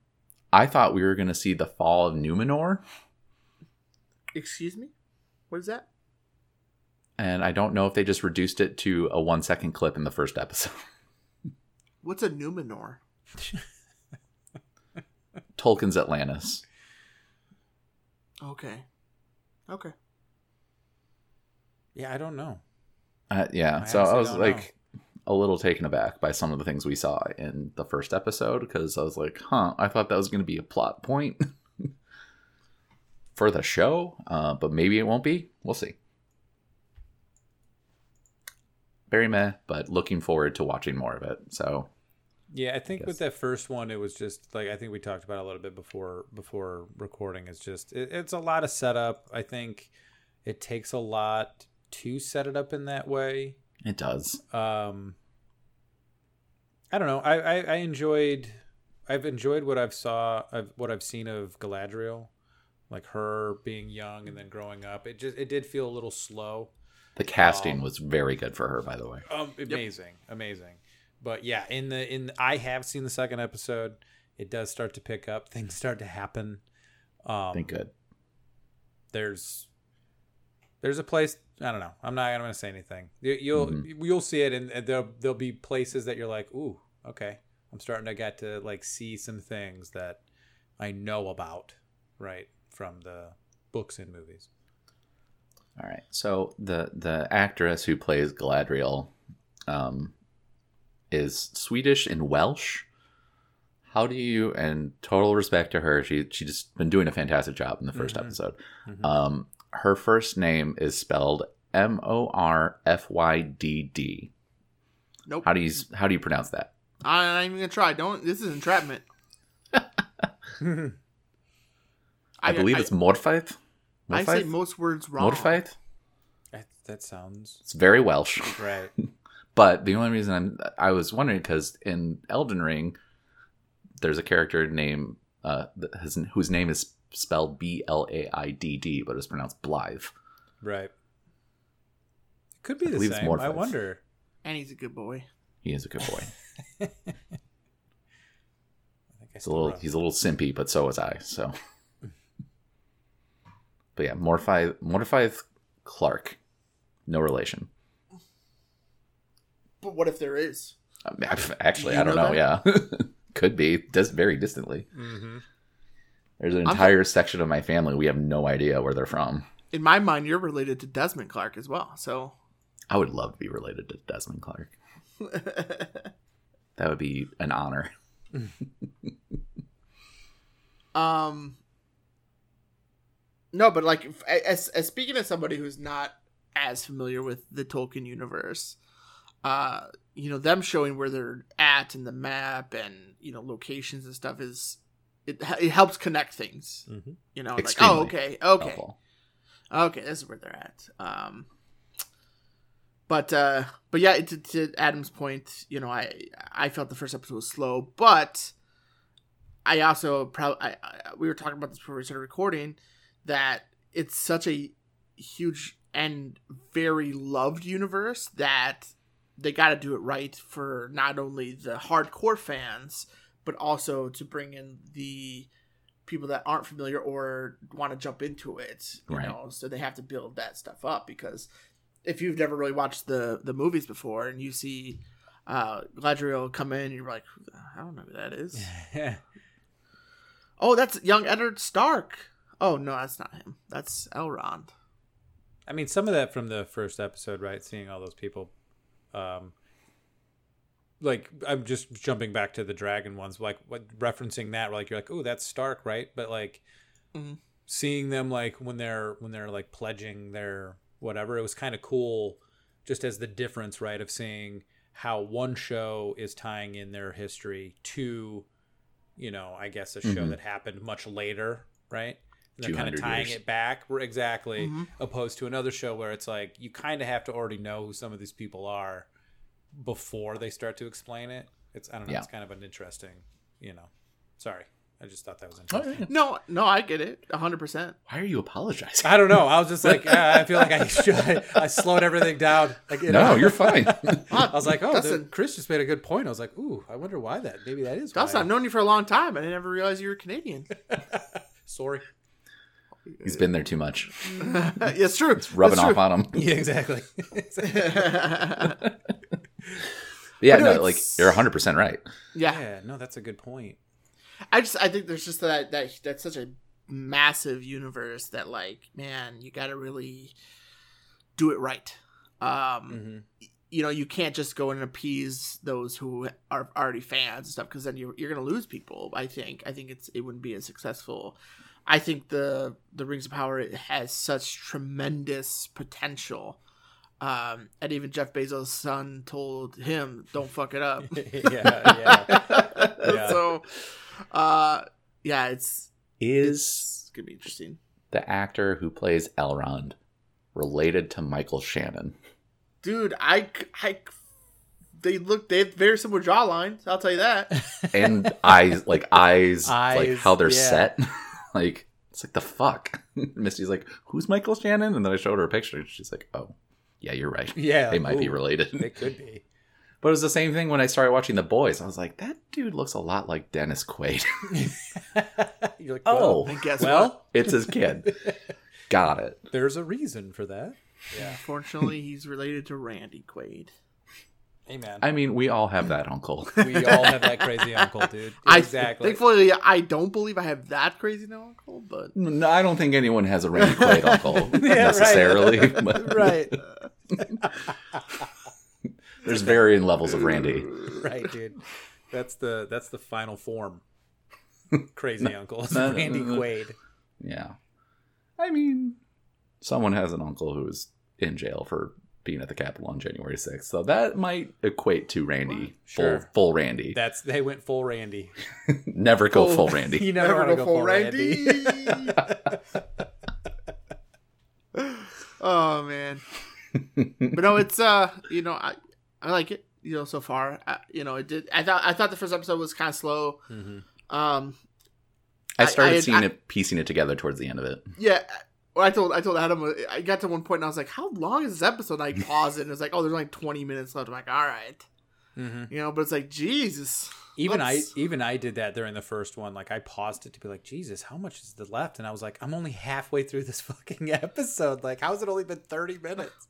Speaker 1: I thought we were going to see the fall of Numenor,
Speaker 3: Excuse me, what is that?
Speaker 1: and I don't know if they just reduced it to a one second clip in the first episode.
Speaker 3: What's a Numenor?
Speaker 1: Tolkien's Atlantis.
Speaker 3: Okay, okay.
Speaker 2: yeah, I don't know.
Speaker 1: Uh, yeah.
Speaker 2: I
Speaker 1: so I
Speaker 2: honestly
Speaker 1: was
Speaker 2: don't
Speaker 1: like, a little taken aback by some of the things we saw in the first episode because I was like, huh, I thought that was going to be a plot point for the show, uh, but maybe it won't be. We'll see. Very meh, but looking forward to watching more of it. So
Speaker 2: Yeah, I think
Speaker 1: Yes.
Speaker 2: with that first one, it was just like I think we talked about a little bit before before recording. It's just it, it's a lot of setup. I think it takes a lot to set it up in that way.
Speaker 1: it does.
Speaker 2: um i don't know I, I i enjoyed i've enjoyed what i've saw I've, what i've seen of galadriel like her being young and then growing up it just it did feel a little slow
Speaker 1: The casting
Speaker 2: Um,
Speaker 1: was very good for her, by the way.
Speaker 2: um amazing amazing but yeah in the in i have seen the second episode it does start to pick up things start to happen um
Speaker 1: Thank good.
Speaker 2: there's there's a place I don't know. I'm not I'm not gonna say anything. You, you'll you'll see it, and and there'll there'll be places that you're like, ooh, okay. I'm starting to get to like see some things that I know about, right, from the books and movies.
Speaker 1: All right. So the the actress who plays Galadriel um, is Swedish and Welsh. How do you? And total respect to her. She she just been doing a fantastic job in the 1st
Speaker 3: Mm-hmm.
Speaker 2: Mhm.
Speaker 1: episode.
Speaker 2: Mhm.
Speaker 1: Um, her first name is spelled M O R F Y D D.
Speaker 3: Nope.
Speaker 1: How do you s- how do you pronounce that?
Speaker 3: I'm not even gonna try. Don't. This is entrapment.
Speaker 1: I, believe it's Morfeit.
Speaker 3: I, I say
Speaker 1: Morfeit?
Speaker 3: most words wrong.
Speaker 1: Morfeit.
Speaker 2: that, that sounds
Speaker 1: It's very Welsh.
Speaker 2: right.
Speaker 1: But the only reason I'm, I was wondering because in Elden Ring, there's a character named uh, that has, whose name is spelled B L A I D D, but it's pronounced Blythe.
Speaker 2: Right. It could be
Speaker 1: I
Speaker 2: the
Speaker 1: believe it's
Speaker 2: same. I
Speaker 1: Morpheus.
Speaker 2: wonder.
Speaker 3: And he's a good boy.
Speaker 1: He is a good boy.
Speaker 2: I think I
Speaker 1: He's a
Speaker 2: still
Speaker 1: little
Speaker 2: wrote-
Speaker 1: he's a little simpy, but so is I. So, but yeah, Morphy Morphy Clark, no relation.
Speaker 3: But what if there is?
Speaker 1: Um, Actually,
Speaker 3: Do you
Speaker 1: I don't know.
Speaker 3: know
Speaker 1: Yeah, could be just very distantly.
Speaker 2: Mhm.
Speaker 1: There's an
Speaker 3: I'm-
Speaker 1: entire section of my family we have no idea where they're from.
Speaker 3: In my mind, you're related to Desmond Clark as well. So
Speaker 1: I would love to be related to Desmond Clark. That would be an honor.
Speaker 3: Um. No, but like, f- as, as speaking as somebody who's not as familiar with the Tolkien universe, uh, you know, them showing where they're at in the map and you know locations and stuff is it it helps connect things.
Speaker 2: Mhm.
Speaker 3: You know,
Speaker 1: Extremely
Speaker 3: like oh, okay, okay,
Speaker 1: Helpful.
Speaker 3: okay, this is where they're at. Um, but uh, but yeah, to, to Adam's point, you know, I I felt the first episode was slow, but I also probably I, I, we were talking about this before we started recording that it's such a huge and very loved universe that they got to do it right for not only the hardcore fans but also to bring in the people that aren't familiar or want to jump into it you
Speaker 1: Right.
Speaker 3: know so they have to build that stuff up because if you've never really watched the the movies before and you see uh Galadriel come in you're like I don't know who that is oh that's young Eddard Stark oh no that's not him that's Elrond
Speaker 2: I mean, some of that from the first episode, right? Seeing all those people, um, like I'm just jumping back to the dragon ones, like what, referencing that, like you're like, oh, that's Stark, right? But like
Speaker 3: Mhm.
Speaker 2: seeing them, like when they're when they're like pledging their whatever, it was kind of cool, just as the difference, right, of seeing how one show is tying in their history to, you know, I guess a show
Speaker 1: Mhm.
Speaker 2: that happened much later, right? And they're kind
Speaker 1: 200
Speaker 2: of tying
Speaker 1: years.
Speaker 2: it back we're- exactly
Speaker 3: Mhm.
Speaker 2: opposed to another show where it's like you kind of have to already know who some of these people are before they start to explain it it's i don't know
Speaker 1: Yeah.
Speaker 2: it's kind of an interesting you know sorry i just thought that was
Speaker 1: Oh,
Speaker 2: interesting
Speaker 1: yeah.
Speaker 3: No, no, I get it, hundred percent.
Speaker 1: Why are you apologizing?
Speaker 2: i don't know i was just like yeah, i feel like i should i slowed everything down like you
Speaker 1: No,
Speaker 2: know.
Speaker 1: you're fine.
Speaker 2: i was like oh the,
Speaker 3: Dustin.
Speaker 2: chris just made a good point i was like ooh i wonder why that maybe that is
Speaker 3: Dustin,
Speaker 2: why.
Speaker 3: I've known you for a long time. I never realized you were Canadian.
Speaker 2: sorry
Speaker 1: He's been there too much.
Speaker 3: it's true.
Speaker 1: It's rubbing off on him.
Speaker 2: yeah exactly
Speaker 3: yeah,
Speaker 1: Yeah,
Speaker 3: But no,
Speaker 1: no, like
Speaker 3: it's-
Speaker 1: you're 100 percent right.
Speaker 2: yeah no that's a good point
Speaker 3: I just I think there's just that that that's such a massive universe that
Speaker 1: Mm-hmm.
Speaker 3: like man, you got to really do it right. Um,
Speaker 2: hmm
Speaker 3: you know you can't just go and appease those who are already fans and stuff because then you're, you're gonna lose people i think i think it's it wouldn't be as successful i think the the rings of power has such tremendous potential um, and even Jeff Bezos' son told him, "Don't fuck it up."
Speaker 2: yeah, yeah. Yeah.
Speaker 3: So, uh, yeah, it's
Speaker 1: Is
Speaker 3: it's gonna be interesting.
Speaker 1: the actor who plays Elrond related to Michael Shannon?
Speaker 3: dude i c- I c- they look they have very similar jaw lines i'll tell you that
Speaker 1: And eyes, like eyes, like
Speaker 2: Eyes,
Speaker 1: how they're
Speaker 2: yeah.
Speaker 1: set. like it's like the fuck. Misty's like, who's Michael Shannon? And then I showed her a picture. And she's like, oh, yeah, you're right.
Speaker 2: yeah,
Speaker 1: They might be
Speaker 2: ooh,
Speaker 1: related.
Speaker 2: They could be.
Speaker 1: But it was the same thing when I started watching The Boys. I was like, that dude looks a lot like Dennis Quaid.
Speaker 2: You're like,
Speaker 1: Oh.
Speaker 3: and guess what
Speaker 2: well,
Speaker 1: it's his kid. Got it.
Speaker 2: there's a reason for that. Yeah.
Speaker 3: unfortunately he's related to randy quaid
Speaker 2: Hey, man.
Speaker 1: I mean, we all have that uncle.
Speaker 2: we all have that crazy uncle, dude.
Speaker 3: I-
Speaker 2: Exactly.
Speaker 3: thankfully i don't believe i have that crazy no uncle but
Speaker 1: No, I don't think anyone has a Randy Quaid uncle
Speaker 2: Yeah,
Speaker 1: necessarily. but
Speaker 2: right.
Speaker 1: There's varying levels of Randy.
Speaker 2: Right, dude. That's the that's the final form. Crazy uncle.
Speaker 1: no, no,
Speaker 2: Randy
Speaker 1: no.
Speaker 2: Quaid.
Speaker 1: Yeah. I mean, someone has an uncle who's in jail for being at the Capitol on January 6th. So that might equate to Randy.
Speaker 2: Sure.
Speaker 1: Full, full Randy.
Speaker 2: That's they went full Randy.
Speaker 1: Never go full
Speaker 3: Full-
Speaker 1: Randy.
Speaker 2: You never,
Speaker 3: Never
Speaker 2: want to go
Speaker 3: go full
Speaker 2: full Randy.
Speaker 3: oh man but no it's uh you know i i like it you know so far I, you know it did i thought i thought the first episode was kind of slow
Speaker 2: hmm
Speaker 3: um
Speaker 1: I
Speaker 3: I-
Speaker 1: started
Speaker 3: I-
Speaker 1: seeing
Speaker 3: I-
Speaker 1: it, piecing it together towards the end of it.
Speaker 3: Yeah. Well, I told I told Adam uh, I got to one point and I was like, "How long is this episode?" And I paused it and it was like, "Oh, there's only 20 minutes left." I'm like, "All right,"
Speaker 2: hmm
Speaker 3: you know. But it's like, Jesus.
Speaker 2: Even
Speaker 3: let's-
Speaker 2: I even I did that during the first one. Like I paused it to be like, Jesus, how much is the left? And I was like, I'm only halfway through this fucking episode. Like, how's it only been 30 minutes?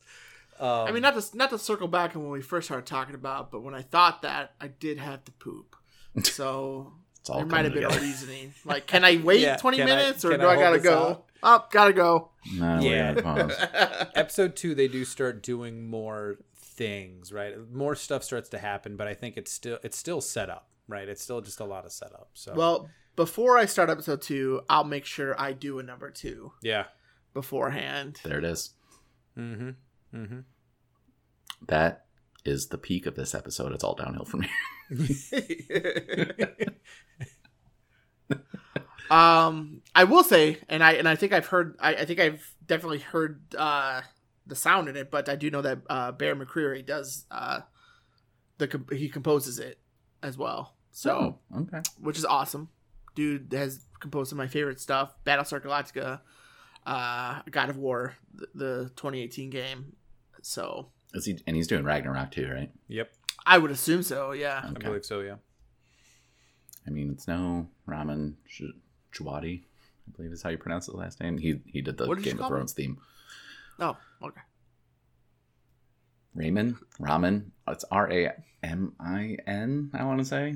Speaker 2: Um,
Speaker 3: I mean, not to not to circle back on when we first started talking about, but when I thought that, I did have to poop. So
Speaker 1: It's all
Speaker 3: there might
Speaker 1: coming
Speaker 3: have been
Speaker 1: together.
Speaker 3: a reasoning. Like, can I wait
Speaker 2: Yeah,
Speaker 3: 20
Speaker 2: can I-
Speaker 3: minutes or
Speaker 2: can
Speaker 3: do
Speaker 2: I
Speaker 3: I, gotta
Speaker 2: hold this
Speaker 3: go? Up, gotta go.
Speaker 1: No, we're
Speaker 2: Yeah.
Speaker 1: gonna pause.
Speaker 2: episode two they do start doing more things right more stuff starts to happen but i think it's still it's still set up right it's still just a lot of setup so
Speaker 3: well, before I start episode two, I'll make sure I do a number two
Speaker 2: yeah
Speaker 3: beforehand.
Speaker 1: There it is.
Speaker 2: mm-hmm mm-hmm
Speaker 1: That is the peak of this episode. It's all downhill from here.
Speaker 3: Um, I will say, and I and I think I've heard, I, I think I've definitely heard uh, the sound in it, but I do know that uh, Bear McCreary does uh, the comp- he composes it as well, so
Speaker 1: Oh, okay.
Speaker 3: which is awesome. Dude has composed some of my favorite stuff: Battlestar Galactica, uh, God of War, the, the 2018 game. So
Speaker 1: Is he, and he's doing Ragnarok too, right?
Speaker 2: yep
Speaker 3: I would assume so. Yeah,
Speaker 2: i believe so yeah
Speaker 1: I mean, it's no Raman J- Jawadi, I believe is how you pronounce his last name. He he did the
Speaker 3: What did you
Speaker 1: Game of
Speaker 3: call him?
Speaker 1: Thrones theme.
Speaker 3: Oh, okay.
Speaker 1: Raymond, Ramen. It's R A M I N. I want to say.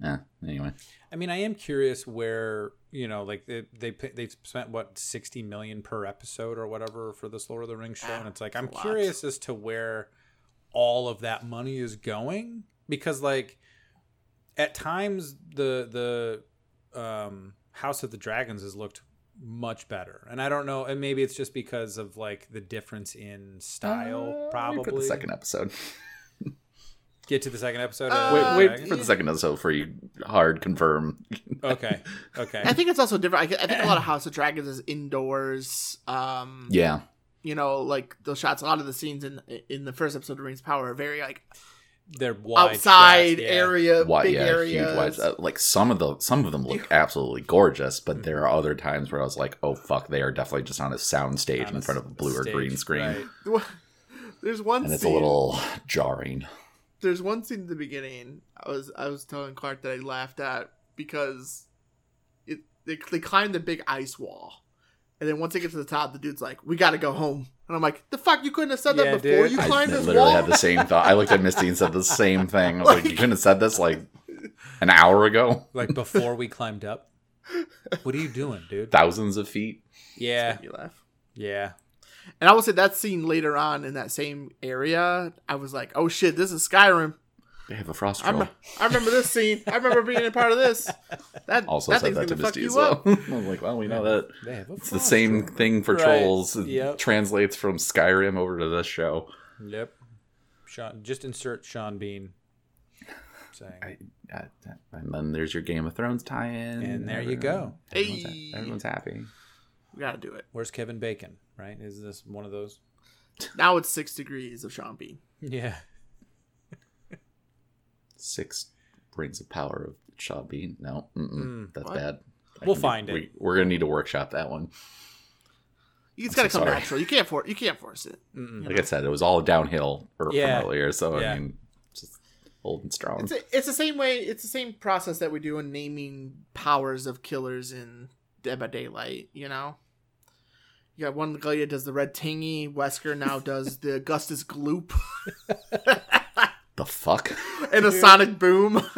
Speaker 1: Yeah. Anyway,
Speaker 2: i mean i am curious where you know like they, they pa- they've spent what 60 million per episode or whatever for this lord of the rings show and it's like i'm
Speaker 3: That's a lot.
Speaker 2: curious as to where all of that money is going because like at times the the um, House of the Dragons has looked much better, and I don't know, and maybe it's just because of like the difference in style.
Speaker 1: Uh,
Speaker 2: probably
Speaker 1: Wait for the second episode.
Speaker 2: get to the second episode. of
Speaker 3: Uh,
Speaker 2: House
Speaker 1: wait,
Speaker 2: of
Speaker 1: wait
Speaker 2: Dragons?
Speaker 1: for the second episode for you. Hard confirm.
Speaker 2: Okay, okay.
Speaker 3: I think it's also different. I, g- I think a lot of House of Dragons is indoors. Um,
Speaker 1: Yeah.
Speaker 3: you know, like those shots. A lot of the scenes in in the first episode of Rings of Power are very like
Speaker 2: They're wide
Speaker 3: outside
Speaker 2: shots, yeah.
Speaker 3: area,
Speaker 1: Why?
Speaker 3: big
Speaker 1: Yeah. Huge.
Speaker 3: areas.
Speaker 1: Wide, uh, like some of the some of them look absolutely gorgeous,
Speaker 3: Mm.
Speaker 1: but there are other times where I was like, oh fuck, they are definitely just on a sound stage
Speaker 2: On
Speaker 1: in
Speaker 2: a
Speaker 1: front of a blue or
Speaker 2: stage,
Speaker 1: green screen,
Speaker 2: right.
Speaker 3: There's one.
Speaker 1: and it's a
Speaker 3: scene,
Speaker 1: little jarring.
Speaker 3: There's one scene at the beginning. I was I was telling Clark that I laughed at because it they, they climbed the big ice wall, and then once they get to the top, the dude's like, "We got to go home," and I'm like, "The fuck, you couldn't have said
Speaker 2: Yeah,
Speaker 3: that before.
Speaker 2: dude.
Speaker 3: You
Speaker 1: I
Speaker 3: climbed this
Speaker 1: literally
Speaker 3: wall."
Speaker 1: had the same thought. I looked at Misty and said the same thing. I was like, you couldn't have said this like an hour ago.
Speaker 2: Like before we climbed up. What are you doing, dude?
Speaker 1: Thousands of feet.
Speaker 2: Yeah,
Speaker 3: Made me laugh.
Speaker 2: yeah.
Speaker 3: And I will say that scene later on in that same area, I was like, oh shit, this is Skyrim.
Speaker 1: They have a frost
Speaker 3: I'm,
Speaker 1: troll.
Speaker 3: I remember this scene. I remember being a part of this. That
Speaker 1: Also
Speaker 3: that
Speaker 1: said
Speaker 3: thing's
Speaker 1: that to
Speaker 3: gonna fuck
Speaker 1: Misty
Speaker 3: you
Speaker 1: as well.
Speaker 3: up.
Speaker 1: I was like, well, we know that.
Speaker 2: They have a
Speaker 1: It's the
Speaker 2: frost
Speaker 1: same
Speaker 2: troll.
Speaker 1: thing for
Speaker 2: Right.
Speaker 1: trolls. It
Speaker 2: Yep.
Speaker 1: translates from Skyrim over to this show.
Speaker 2: Yep. Sean, just insert Sean Bean saying.
Speaker 1: I- Uh, And then there's your Game of Thrones tie-in.
Speaker 2: And there you go.
Speaker 1: Everyone's, ha-
Speaker 3: Hey.
Speaker 1: everyone's happy.
Speaker 3: We gotta do it.
Speaker 2: Where's Kevin Bacon? Right? Is this one of those?
Speaker 3: Now it's six degrees of Sean Bean.
Speaker 2: Yeah.
Speaker 1: Six rings of power of Shaw Bean. No, mm-mm,
Speaker 2: Mm,
Speaker 1: that's
Speaker 3: what?
Speaker 1: bad. I
Speaker 2: We'll
Speaker 1: can do-
Speaker 2: find it.
Speaker 1: We, we're gonna need to workshop that one. I'm
Speaker 3: It's gotta
Speaker 1: so
Speaker 3: come
Speaker 1: sorry.
Speaker 3: natural. You can't force. You can't force it.
Speaker 2: Mm-mm.
Speaker 1: Like I said, it was all downhill er,
Speaker 2: Yeah.
Speaker 1: from earlier. So
Speaker 2: Yeah.
Speaker 1: I mean, just old and strong.
Speaker 3: It's, a, it's the same way. It's the same process that we do in naming powers of killers in Dead by Daylight. You know, you got one Galia does the red tingy. Wesker now does the Augustus gloop
Speaker 1: the fuck?
Speaker 3: and a sonic boom.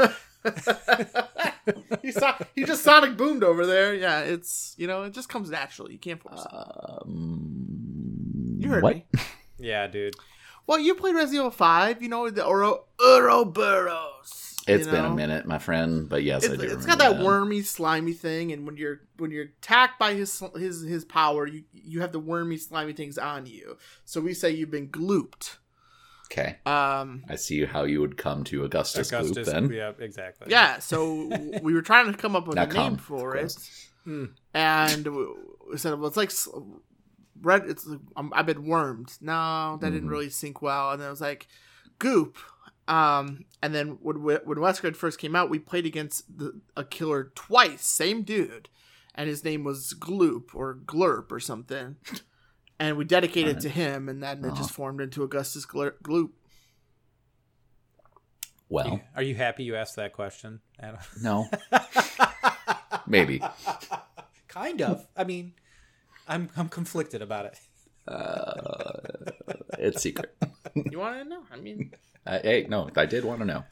Speaker 3: he saw he just sonic boomed over there. Yeah, it's you know it just comes naturally. You can't force it.
Speaker 1: Um,
Speaker 3: You heard
Speaker 1: what?
Speaker 3: me.
Speaker 2: Yeah, dude.
Speaker 3: Well, you played Resident Evil Five. You know the Oro Ouroboros.
Speaker 1: It's
Speaker 3: you
Speaker 1: been a
Speaker 3: know?
Speaker 1: minute, my friend. But yes, I
Speaker 3: it's,
Speaker 1: do.
Speaker 3: it's
Speaker 1: remember
Speaker 3: got that wormy, slimy thing, and when you're when you're attacked by his sl- his his power, you you have the wormy, slimy things on you. So we say you've been glooped.
Speaker 1: Okay,
Speaker 3: Um,
Speaker 1: I see how you would come to Augustus, Gloop
Speaker 2: Augustus.
Speaker 1: then.
Speaker 2: Yeah, exactly.
Speaker 3: yeah. So w- we were trying to come up with
Speaker 1: Not
Speaker 3: a
Speaker 1: come,
Speaker 3: name
Speaker 1: of
Speaker 3: for it,
Speaker 1: course.
Speaker 2: Hmm.
Speaker 3: and w- we said well, it's like s- red. It's like, um, I've been wormed. No, that didn't
Speaker 1: Mhm.
Speaker 3: really sink well. And then it was like goop. Um, and then when we- when Westgrid first came out, we played against the, a killer twice, same dude, and his name was Gloop or Glurp or something, and we dedicated it
Speaker 1: Alright.
Speaker 3: to him, and then it
Speaker 1: Uh-huh.
Speaker 3: just formed into Augustus Glur- Gloop.
Speaker 1: Well,
Speaker 2: Are you happy you asked that question, Adam?
Speaker 1: no, maybe.
Speaker 2: kind of. I mean, I'm I'm conflicted about it.
Speaker 1: Uh, it's secret.
Speaker 3: You want to know? I mean,
Speaker 1: Uh, hey, no, I did want to know.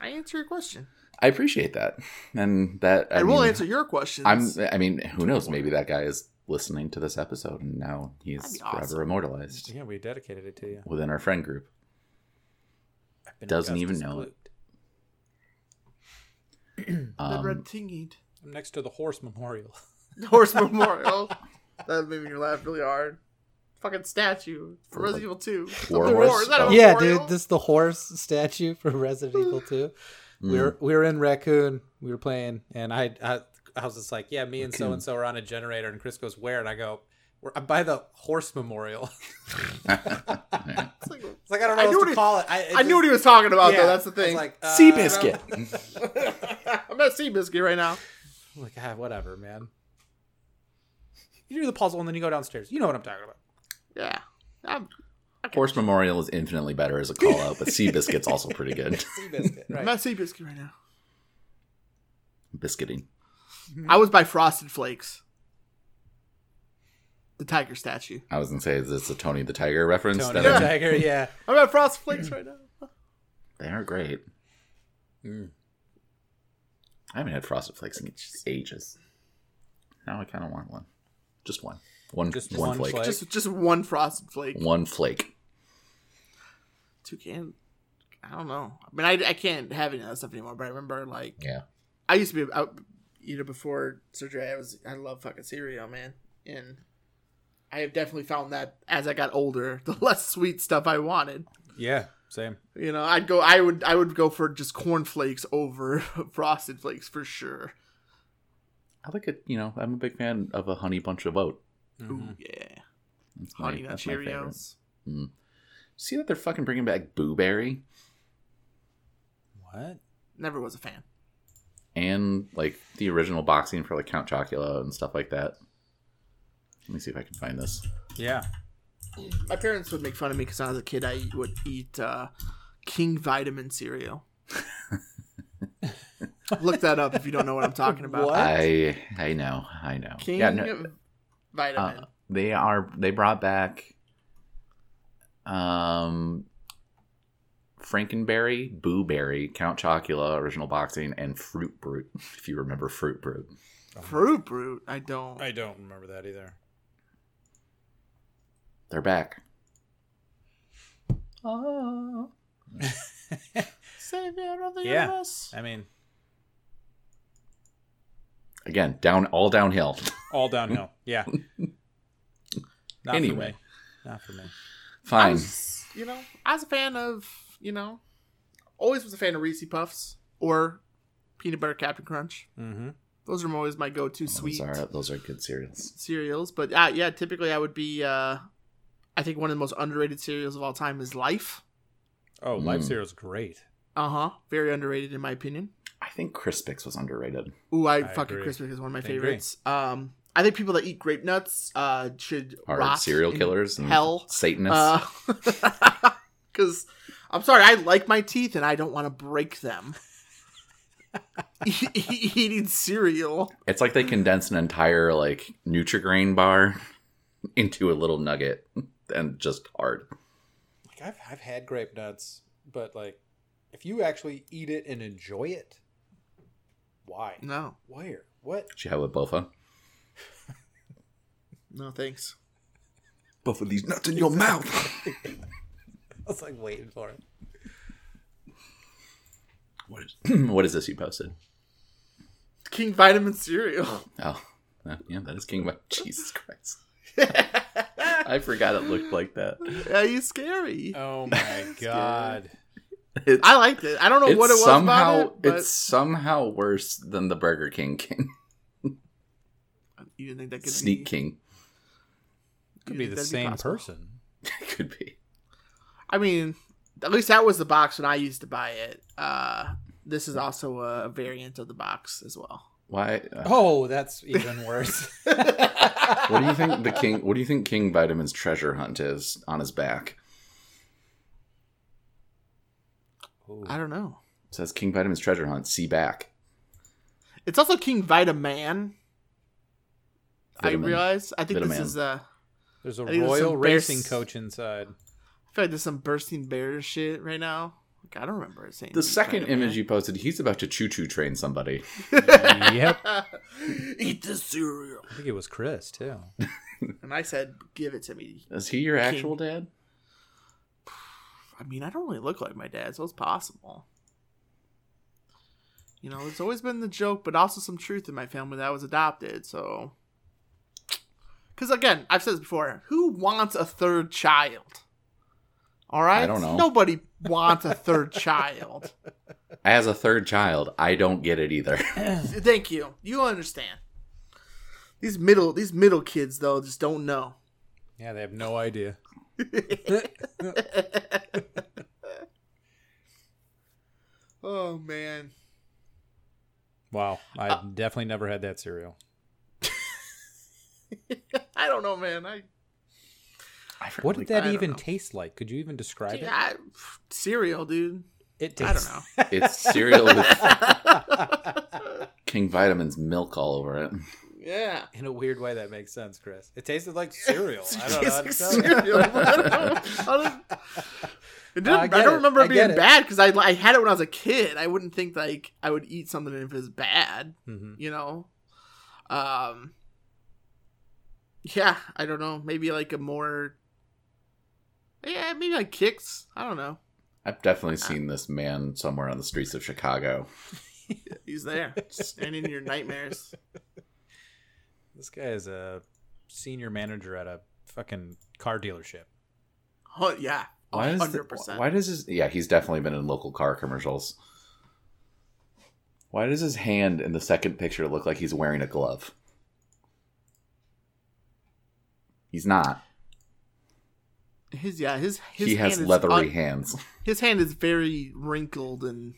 Speaker 3: I answer your question,
Speaker 1: I appreciate that, and that I
Speaker 3: and we'll
Speaker 1: mean,
Speaker 3: answer your questions.
Speaker 1: I'm. I mean, who knows? Maybe that guy is listening to this episode, and now
Speaker 3: That'd
Speaker 1: he's
Speaker 3: be awesome.
Speaker 1: forever immortalized
Speaker 2: Yeah, we dedicated it to you.
Speaker 1: within our friend group.
Speaker 2: I've been
Speaker 1: Doesn't even know it.
Speaker 2: Glooped.
Speaker 3: the
Speaker 1: Um,
Speaker 3: red tingied
Speaker 2: I'm next to the horse memorial.
Speaker 3: horse memorial. that made me laugh really hard. Fucking statue
Speaker 1: For
Speaker 3: from Resident
Speaker 1: like
Speaker 3: Evil Two.
Speaker 1: war
Speaker 3: The
Speaker 1: horse?
Speaker 3: war, is that a
Speaker 1: Oh.
Speaker 4: Yeah,
Speaker 3: memorial?
Speaker 4: dude, this is the horse statue from Resident Evil 2. We
Speaker 1: mm.
Speaker 4: were
Speaker 2: we were in Raccoon. We were playing, and I I, I was just like, yeah, me and so
Speaker 1: Raccoon.
Speaker 2: and so are on a generator, and Chris goes where, and I go, we're, I'm by the horse memorial.
Speaker 1: Yeah.
Speaker 3: It's like-
Speaker 2: it's like I don't know
Speaker 3: I
Speaker 2: what
Speaker 3: knew what
Speaker 2: to
Speaker 3: he-
Speaker 2: call it. I,
Speaker 3: I knew what he was talking about
Speaker 2: Yeah,
Speaker 3: though. That's the
Speaker 2: I was
Speaker 3: thing.
Speaker 2: Like
Speaker 1: Sea
Speaker 2: uh,
Speaker 1: biscuit.
Speaker 3: I'm at sea biscuit right now.
Speaker 2: I'm like ah, whatever, man. You do the puzzle, and then you go downstairs. You know what I'm talking about.
Speaker 3: Yeah. I'm,
Speaker 1: Horse Memorial is infinitely better as a call out, but Sea Biscuit's also pretty good.
Speaker 2: Sea biscuit,
Speaker 3: I'm
Speaker 2: right?
Speaker 3: at sea biscuit right now.
Speaker 1: Biscuiting.
Speaker 3: I was by Frosted Flakes. The tiger statue.
Speaker 1: I was gonna say, is this a Tony the Tiger reference?
Speaker 2: Tony
Speaker 1: That
Speaker 2: the
Speaker 1: I'm-
Speaker 2: Tiger, yeah.
Speaker 3: I'm at Frosted Flakes
Speaker 2: Hmm.
Speaker 3: right now.
Speaker 1: They are great.
Speaker 2: Mm.
Speaker 1: I haven't had Frosted Flakes in ages. Now I kind of want one. Just one. One.
Speaker 2: Just
Speaker 1: one,
Speaker 2: one
Speaker 1: flake.
Speaker 2: flake.
Speaker 3: Just just one Frosted Flake.
Speaker 1: One flake.
Speaker 3: Two can. I don't know. I mean, I, I can't have any of that stuff anymore. But I remember like
Speaker 1: Yeah.
Speaker 3: I used to be, I, you know, before surgery, I was, I love fucking cereal, man, and I have definitely found that as I got older, the less sweet stuff I wanted.
Speaker 2: Yeah, same.
Speaker 3: You know, I'd go, I would, I would go for just corn flakes over frosted flakes for sure.
Speaker 1: I like it. You know, I'm a big fan of a honey bunch of oat.
Speaker 2: Mm-hmm.
Speaker 3: Ooh, yeah,
Speaker 1: Mm-hmm. That's my-
Speaker 3: honey nut
Speaker 1: that's my favorite.
Speaker 3: Cheerios.
Speaker 1: See that they're fucking bringing back blueberry
Speaker 2: What?
Speaker 3: Never was a fan.
Speaker 1: and like the original boxing for like Count Chocula and stuff like that. Let me see if I can find this.
Speaker 2: Yeah.
Speaker 3: My parents would make fun of me because when I was a kid, I would eat uh, King Vitamin cereal. Look that up if you don't know what I'm talking about.
Speaker 2: What?
Speaker 1: I I know, I know.
Speaker 3: King
Speaker 1: yeah, no,
Speaker 3: Vitamin.
Speaker 1: uh, they are they brought back um Frankenberry, Boo Berry, Count Chocula, original boxing, and Fruit Brute. If you remember Fruit Brute,
Speaker 3: Fruit Brute. I don't.
Speaker 2: I don't remember that either.
Speaker 1: They're back.
Speaker 3: Oh. Savior of the
Speaker 2: Yeah.
Speaker 3: universe.
Speaker 2: I mean,
Speaker 1: Again, down all downhill.
Speaker 2: all downhill. Yeah. Not
Speaker 1: Anyway.
Speaker 2: for me. not for me.
Speaker 3: I
Speaker 1: Fine.
Speaker 3: was, you know, I was a fan of, you know, always was a fan of Reese Puffs or peanut butter Captain Crunch.
Speaker 2: Mm-hmm.
Speaker 3: Those are always my go-to sweet
Speaker 1: Those are those are good cereals.
Speaker 3: cereals. But uh, yeah, typically I would be. Uh, I think one of the most underrated cereals of all time is Life.
Speaker 2: Oh, life
Speaker 1: Mm.
Speaker 2: cereal's great.
Speaker 3: Uh huh. Very underrated in my opinion.
Speaker 1: I think Crispix was underrated.
Speaker 3: Ooh, I,
Speaker 2: I
Speaker 3: fucking
Speaker 2: agree.
Speaker 3: Crispix is one of my
Speaker 2: I agree.
Speaker 3: favorites. Um, I think people that eat grape nuts uh should
Speaker 1: Are
Speaker 3: rot
Speaker 1: serial
Speaker 3: in
Speaker 1: killers and
Speaker 3: hell. Uh.
Speaker 1: Satanists.
Speaker 3: Because I'm sorry, I like my teeth and I don't want to break them. E- e- Eating cereal.
Speaker 1: it's like they condense an entire like Nutrigrain bar into a little nugget and just hard.
Speaker 2: Like I've I've had grape nuts, but like if you actually eat it and enjoy it, why?
Speaker 3: No,
Speaker 2: Where? What?
Speaker 1: Did you have a bofa?
Speaker 3: no, thanks.
Speaker 1: Both of these nuts in your mouth.
Speaker 2: I was like waiting for it.
Speaker 1: What is what is this you posted?
Speaker 3: King Vitamin cereal.
Speaker 1: Oh, uh, yeah, that is King. Vi- Jesus Christ! I forgot it looked like that.
Speaker 3: Are you scary?
Speaker 2: Oh my god.
Speaker 1: It's,
Speaker 3: I liked it. I don't know
Speaker 1: it's
Speaker 3: what it was
Speaker 1: somehow
Speaker 3: about it, but
Speaker 1: it's somehow worse than the Burger King King
Speaker 3: you didn't think that could
Speaker 1: Sneak
Speaker 3: be,
Speaker 1: King
Speaker 3: you
Speaker 2: Could
Speaker 3: didn't
Speaker 2: be
Speaker 3: think
Speaker 2: the
Speaker 3: that'd
Speaker 2: same
Speaker 3: possible.
Speaker 2: person.
Speaker 1: could be.
Speaker 3: I mean, at least that was the box when I used to buy it. Uh, this is also a variant of the box as well.
Speaker 1: Why? uh,
Speaker 4: Oh, that's even worse.
Speaker 1: What do you think the king? What do you think King Vitamin's treasure hunt is on his back?
Speaker 2: Ooh.
Speaker 3: I don't know.
Speaker 1: It says King Vitamin's treasure hunt. See back.
Speaker 3: It's also King Vitaman. I
Speaker 1: Vitamin.
Speaker 3: realize. I think
Speaker 1: Vitaman.
Speaker 3: this is uh
Speaker 2: There's a
Speaker 3: I think there's
Speaker 2: royal
Speaker 3: some bear
Speaker 2: racing
Speaker 3: s-
Speaker 2: coach inside.
Speaker 3: I feel like there's some bursting bear shit right now. Like, I don't remember it saying
Speaker 1: The second
Speaker 3: Vitaman.
Speaker 1: image you posted, he's about to choo choo train somebody.
Speaker 2: yep.
Speaker 3: Eat the cereal.
Speaker 2: I think it was Chris too.
Speaker 3: And I said, "Give it to me."
Speaker 1: Is he your actual dad?
Speaker 3: I mean, I don't really look like my dad, so it's possible. You know, it's always been the joke, but also some truth in my family that I was adopted, so. Because again, I've said this before who wants a third child? All right?
Speaker 1: I don't know.
Speaker 3: Nobody wants a third child.
Speaker 1: As a third child, I don't get it either.
Speaker 3: Thank you. You understand. These middle these middle kids though just don't know.
Speaker 2: Yeah, they have no idea.
Speaker 3: Oh man.
Speaker 2: Wow. I
Speaker 3: Uh,
Speaker 2: have definitely never had that cereal.
Speaker 3: I don't know, man. I
Speaker 1: I forgot-
Speaker 2: What did that
Speaker 3: I don't
Speaker 2: even
Speaker 3: know.
Speaker 2: taste like? Could you even describe
Speaker 3: Dude, I- cereal, dude.
Speaker 2: it? It
Speaker 3: I don't know.
Speaker 1: It's cereal with
Speaker 2: know.
Speaker 1: King Vitamin's milk all over it.
Speaker 3: Yeah.
Speaker 2: In a weird way, that makes sense, Chris. It tasted like cereal. I don't know. how to
Speaker 3: Tastes
Speaker 2: tell
Speaker 3: like
Speaker 2: you.
Speaker 3: cereal. I don't know. I don't- It didn't,
Speaker 2: I
Speaker 3: I,
Speaker 2: get
Speaker 3: don't
Speaker 2: it.
Speaker 3: remember
Speaker 2: I
Speaker 3: it being
Speaker 2: get it.
Speaker 3: bad because I, I had it when I was a kid. I wouldn't think like I would eat something if it was bad,
Speaker 2: Mhm.
Speaker 3: you know. Um. Yeah, I don't know. Maybe like a more. Yeah, maybe like kicks. I don't know.
Speaker 1: I've definitely seen this man somewhere on the streets of Chicago.
Speaker 3: He's there and in your nightmares.
Speaker 2: This guy is a senior manager at a fucking car dealership.
Speaker 3: Oh yeah,
Speaker 1: Why is
Speaker 3: hundred
Speaker 1: the,
Speaker 3: percent.
Speaker 1: why does his yeah he's definitely been in local car commercials. Why does his hand in the second picture look like he's wearing a glove? He's not.
Speaker 3: His yeah his his
Speaker 1: he has
Speaker 3: hand is
Speaker 1: leathery
Speaker 3: un-
Speaker 1: hands.
Speaker 3: his hand is very wrinkled and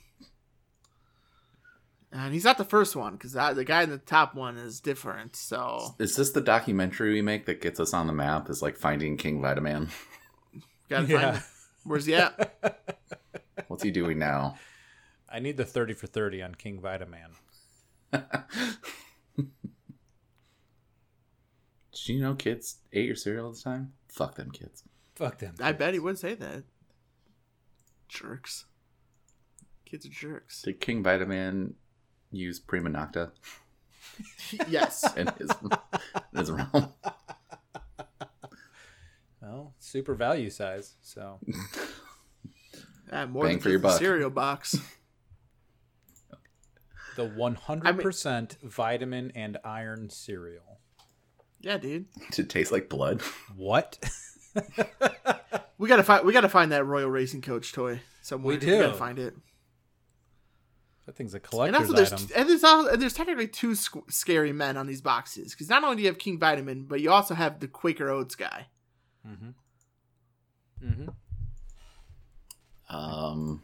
Speaker 3: and he's not the first one because the guy in the top one is different so
Speaker 1: Is this the documentary we make that gets us on the map? Is like finding King Vitaman.
Speaker 3: gotta
Speaker 2: Yeah.
Speaker 3: find him. where's he at
Speaker 1: What's he doing now?
Speaker 2: I need the 30 for 30 on King Vitaman.
Speaker 1: Did you know kids ate your cereal all the time? Fuck them kids.
Speaker 2: Fuck them.
Speaker 3: i bet he would say that jerks kids are jerks
Speaker 1: Did King Vitaman use Prima Nocta
Speaker 3: yes
Speaker 1: in his, in his realm?
Speaker 2: Well, super value size. So
Speaker 3: Yeah, more
Speaker 1: Bang
Speaker 3: than
Speaker 1: for your buck.
Speaker 3: just the cereal box.
Speaker 2: the 100% vitamin and iron cereal.
Speaker 3: Yeah, dude.
Speaker 1: Does it taste like blood?
Speaker 2: What?
Speaker 3: We gotta find we gotta find that Royal Racing Coach toy somewhere.
Speaker 2: We do.
Speaker 3: gotta find it.
Speaker 2: that thing's a
Speaker 3: And
Speaker 2: collector's
Speaker 3: also, there's
Speaker 2: item.
Speaker 3: and there's all, and there's technically two squ- scary men on these boxes because not only do you have King Vitamin, but you also have the Quaker Oats guy. Mm-hmm.
Speaker 2: hmm
Speaker 1: Um,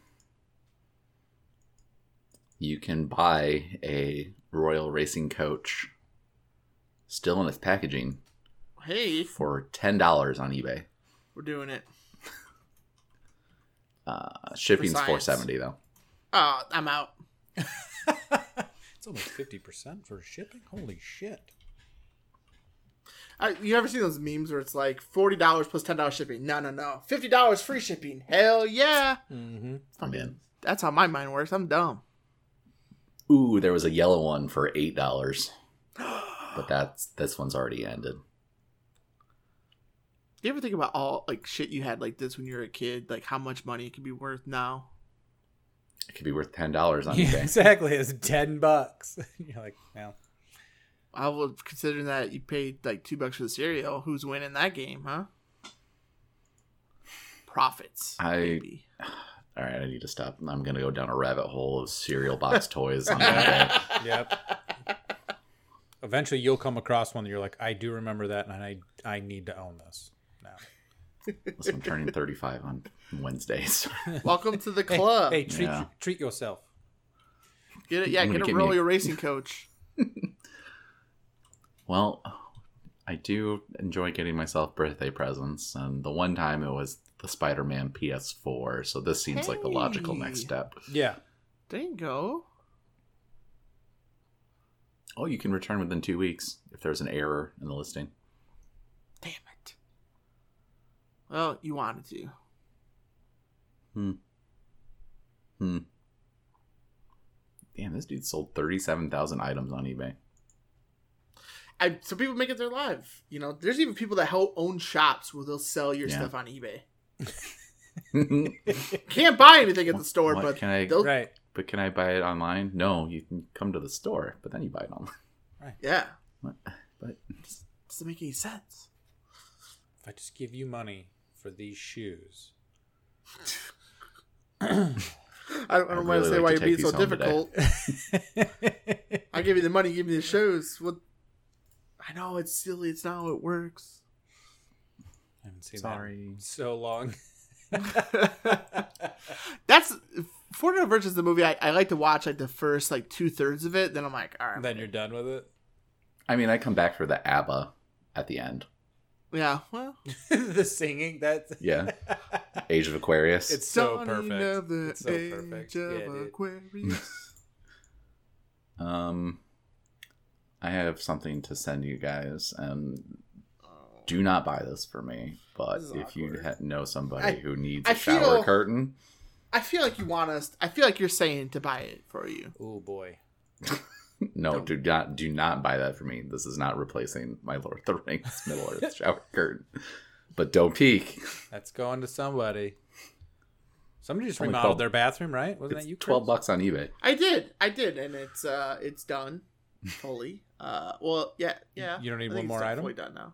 Speaker 1: you can buy a Royal Racing Coach still in its packaging
Speaker 3: Hey,
Speaker 1: for ten dollars on eBay.
Speaker 3: we're doing it.
Speaker 1: Uh, shipping's
Speaker 3: science.
Speaker 1: four seventy though.
Speaker 3: Oh, I'm out.
Speaker 2: It's almost 50% for shipping. Holy shit.
Speaker 3: I, you ever seen those memes where it's like forty dollars plus ten dollars shipping? No, no, no, fifty dollars free shipping. Hell yeah!
Speaker 2: Mm-hmm.
Speaker 3: Fucking-
Speaker 1: in.
Speaker 3: that's how my mind works. I'm dumb.
Speaker 1: Ooh, there was a yellow one for eight dollars, but that's this one's already ended.
Speaker 3: Do you ever think about all like shit you had like this when you were a kid? Like how much money it could be worth now?
Speaker 1: It could be worth ten dollars on
Speaker 2: Yeah,
Speaker 1: eBay.
Speaker 2: exactly. It's 10 bucks. You're like, well,
Speaker 3: I was considering that you paid like two bucks for the cereal. Who's winning that game, huh? Profits.
Speaker 1: I-
Speaker 3: baby.
Speaker 1: All right, I need to stop. I'm gonna go down a rabbit hole of cereal box toys on eBay.
Speaker 2: yep. Eventually, you'll come across one that you're like, I do remember that, and I I need to own this now.
Speaker 1: Unless I'm turning 35 on Wednesdays.
Speaker 3: Welcome to the club.
Speaker 2: Hey, treat
Speaker 1: Yeah.
Speaker 2: treat yourself.
Speaker 3: get it? Yeah,
Speaker 1: I'm gonna
Speaker 3: get a
Speaker 1: get me-
Speaker 3: roll your racing coach.
Speaker 1: Well, I do enjoy getting myself birthday presents, and the one time it was the Spider Man PS4, so this seems like the logical
Speaker 3: Hey.
Speaker 1: next step.
Speaker 2: Yeah.
Speaker 3: There you go.
Speaker 1: Oh, you can return within two weeks if there's an error in the listing.
Speaker 3: Damn it. Well, you wanted to.
Speaker 1: Hmm. Damn, this dude sold 37,000 items on eBay.
Speaker 3: I, some people make it their life. You know, there's even people that help own shops where they'll sell your
Speaker 1: Yeah.
Speaker 3: stuff on eBay. Can't buy anything at the store,
Speaker 1: What
Speaker 3: but
Speaker 1: can I-
Speaker 3: they'll-
Speaker 2: Right.
Speaker 1: but can I buy it online? No, you can come to the store, but then you buy it online.
Speaker 3: yeah,
Speaker 1: What? But
Speaker 3: doesn't make any sense.
Speaker 2: If I just give you money for these shoes,
Speaker 3: I don't, I don't
Speaker 1: I'd
Speaker 3: want
Speaker 1: really
Speaker 3: to say
Speaker 1: like
Speaker 3: why
Speaker 1: to take
Speaker 3: you're being so
Speaker 1: these home today.
Speaker 3: difficult. I give you the money, give me the shows. What? I know it's silly. It's not how it works.
Speaker 2: I haven't seen that
Speaker 1: sorry.
Speaker 2: in so long.
Speaker 3: That's Fortnite Verge is the movie I, I like to watch like the first like two thirds of it. Then I'm like, all right,
Speaker 2: then you're done with it.
Speaker 1: I mean, I come back for the ABBA at the end.
Speaker 3: yeah. Well,
Speaker 2: the singing that's
Speaker 1: Yeah. Age of Aquarius.
Speaker 2: it's so
Speaker 3: Dawn of
Speaker 2: perfect.
Speaker 3: the
Speaker 2: It's so
Speaker 3: Age
Speaker 2: perfect.
Speaker 3: of
Speaker 2: Yeah, dude.
Speaker 3: Aquarius.
Speaker 1: Um, I have something to send you guys. Um, do not buy this for me, but
Speaker 3: This is
Speaker 1: if you
Speaker 3: awkward.
Speaker 1: ha- know somebody
Speaker 3: I-
Speaker 1: who needs
Speaker 3: I
Speaker 1: a shower
Speaker 3: feel-
Speaker 1: curtain,
Speaker 3: I feel like you want us. I feel like you're saying to buy it for you.
Speaker 2: Oh boy.
Speaker 1: no, do not do not buy that for me. This is not replacing my Lord of the Rings Middle Earth shower curtain. But don't peek.
Speaker 2: That's going to somebody. Somebody just
Speaker 1: Only 12
Speaker 2: remodeled their bathroom, right? Wasn't
Speaker 1: It's
Speaker 2: that you?
Speaker 1: twelve
Speaker 2: Chris?
Speaker 1: bucks on eBay.
Speaker 3: I did. I did, and it's uh it's done fully. Uh well yeah yeah.
Speaker 2: You don't need
Speaker 3: I think
Speaker 2: one
Speaker 3: it's
Speaker 2: more
Speaker 3: done-
Speaker 2: item?
Speaker 3: Fully done now.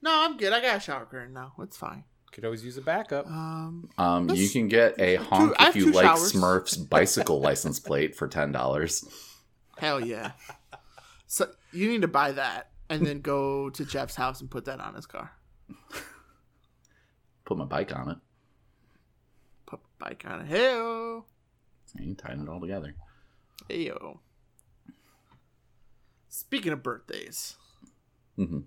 Speaker 3: No, I'm good. I got a shower curtain now. It's fine.
Speaker 2: Could always use a backup.
Speaker 3: Um
Speaker 1: Um, you
Speaker 3: Let's-
Speaker 1: can get a honk
Speaker 3: I
Speaker 1: if
Speaker 3: have
Speaker 1: you
Speaker 3: two
Speaker 1: like
Speaker 3: showers.
Speaker 1: Smurfs bicycle license plate for ten dollars.
Speaker 3: hell yeah. so you need to buy that and then go to Jeff's house and put that on his car.
Speaker 1: Put my bike on it.
Speaker 3: Put the bike on it. Heyo.
Speaker 1: See, tying it all together.
Speaker 3: Heyo. Speaking of birthdays.
Speaker 1: Mhm.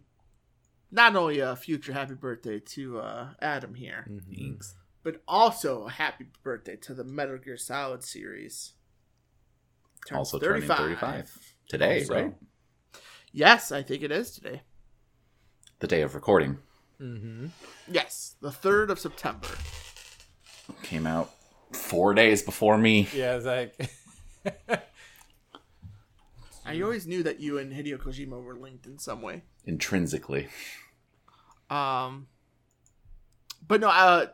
Speaker 3: Not only a future happy birthday to uh, Adam here,
Speaker 1: Mm.
Speaker 2: Mhm.
Speaker 3: but also a happy birthday to the Metal Gear Solid series. Turns
Speaker 1: also turning 35 today,
Speaker 2: Also.
Speaker 1: right?
Speaker 3: Yes, I think it is today.
Speaker 1: The day of recording
Speaker 2: Mhm.
Speaker 3: Yes, the 3rd of September.
Speaker 1: came out four days before me.
Speaker 2: Yeah, it's like
Speaker 3: I always knew that you and Hideo Kojima were linked in some way.
Speaker 1: Intrinsically,
Speaker 3: Um, But no, uh,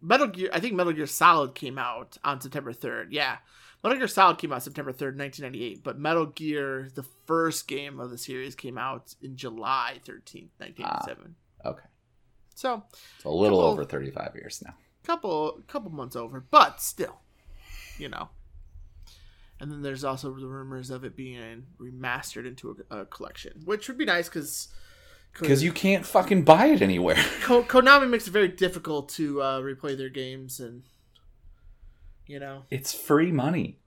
Speaker 3: Metal Gear. I think Metal Gear Solid came out on September third. Yeah, Metal Gear Solid came out September third, nineteen ninety eight. But Metal Gear, the first game of the series, came out in July thirteenth, nineteen ninety seven.
Speaker 1: Okay.
Speaker 3: So
Speaker 1: It's a little
Speaker 3: Couple-
Speaker 1: over 35 years now.
Speaker 3: couple couple months over, but still, you know. And then there's also the rumors of it being remastered into a, a collection, which would be nice because
Speaker 1: Because you can't fucking buy it anywhere.
Speaker 3: Ko- Konami makes it very difficult to uh, replay their games, and you know,
Speaker 1: It's free money.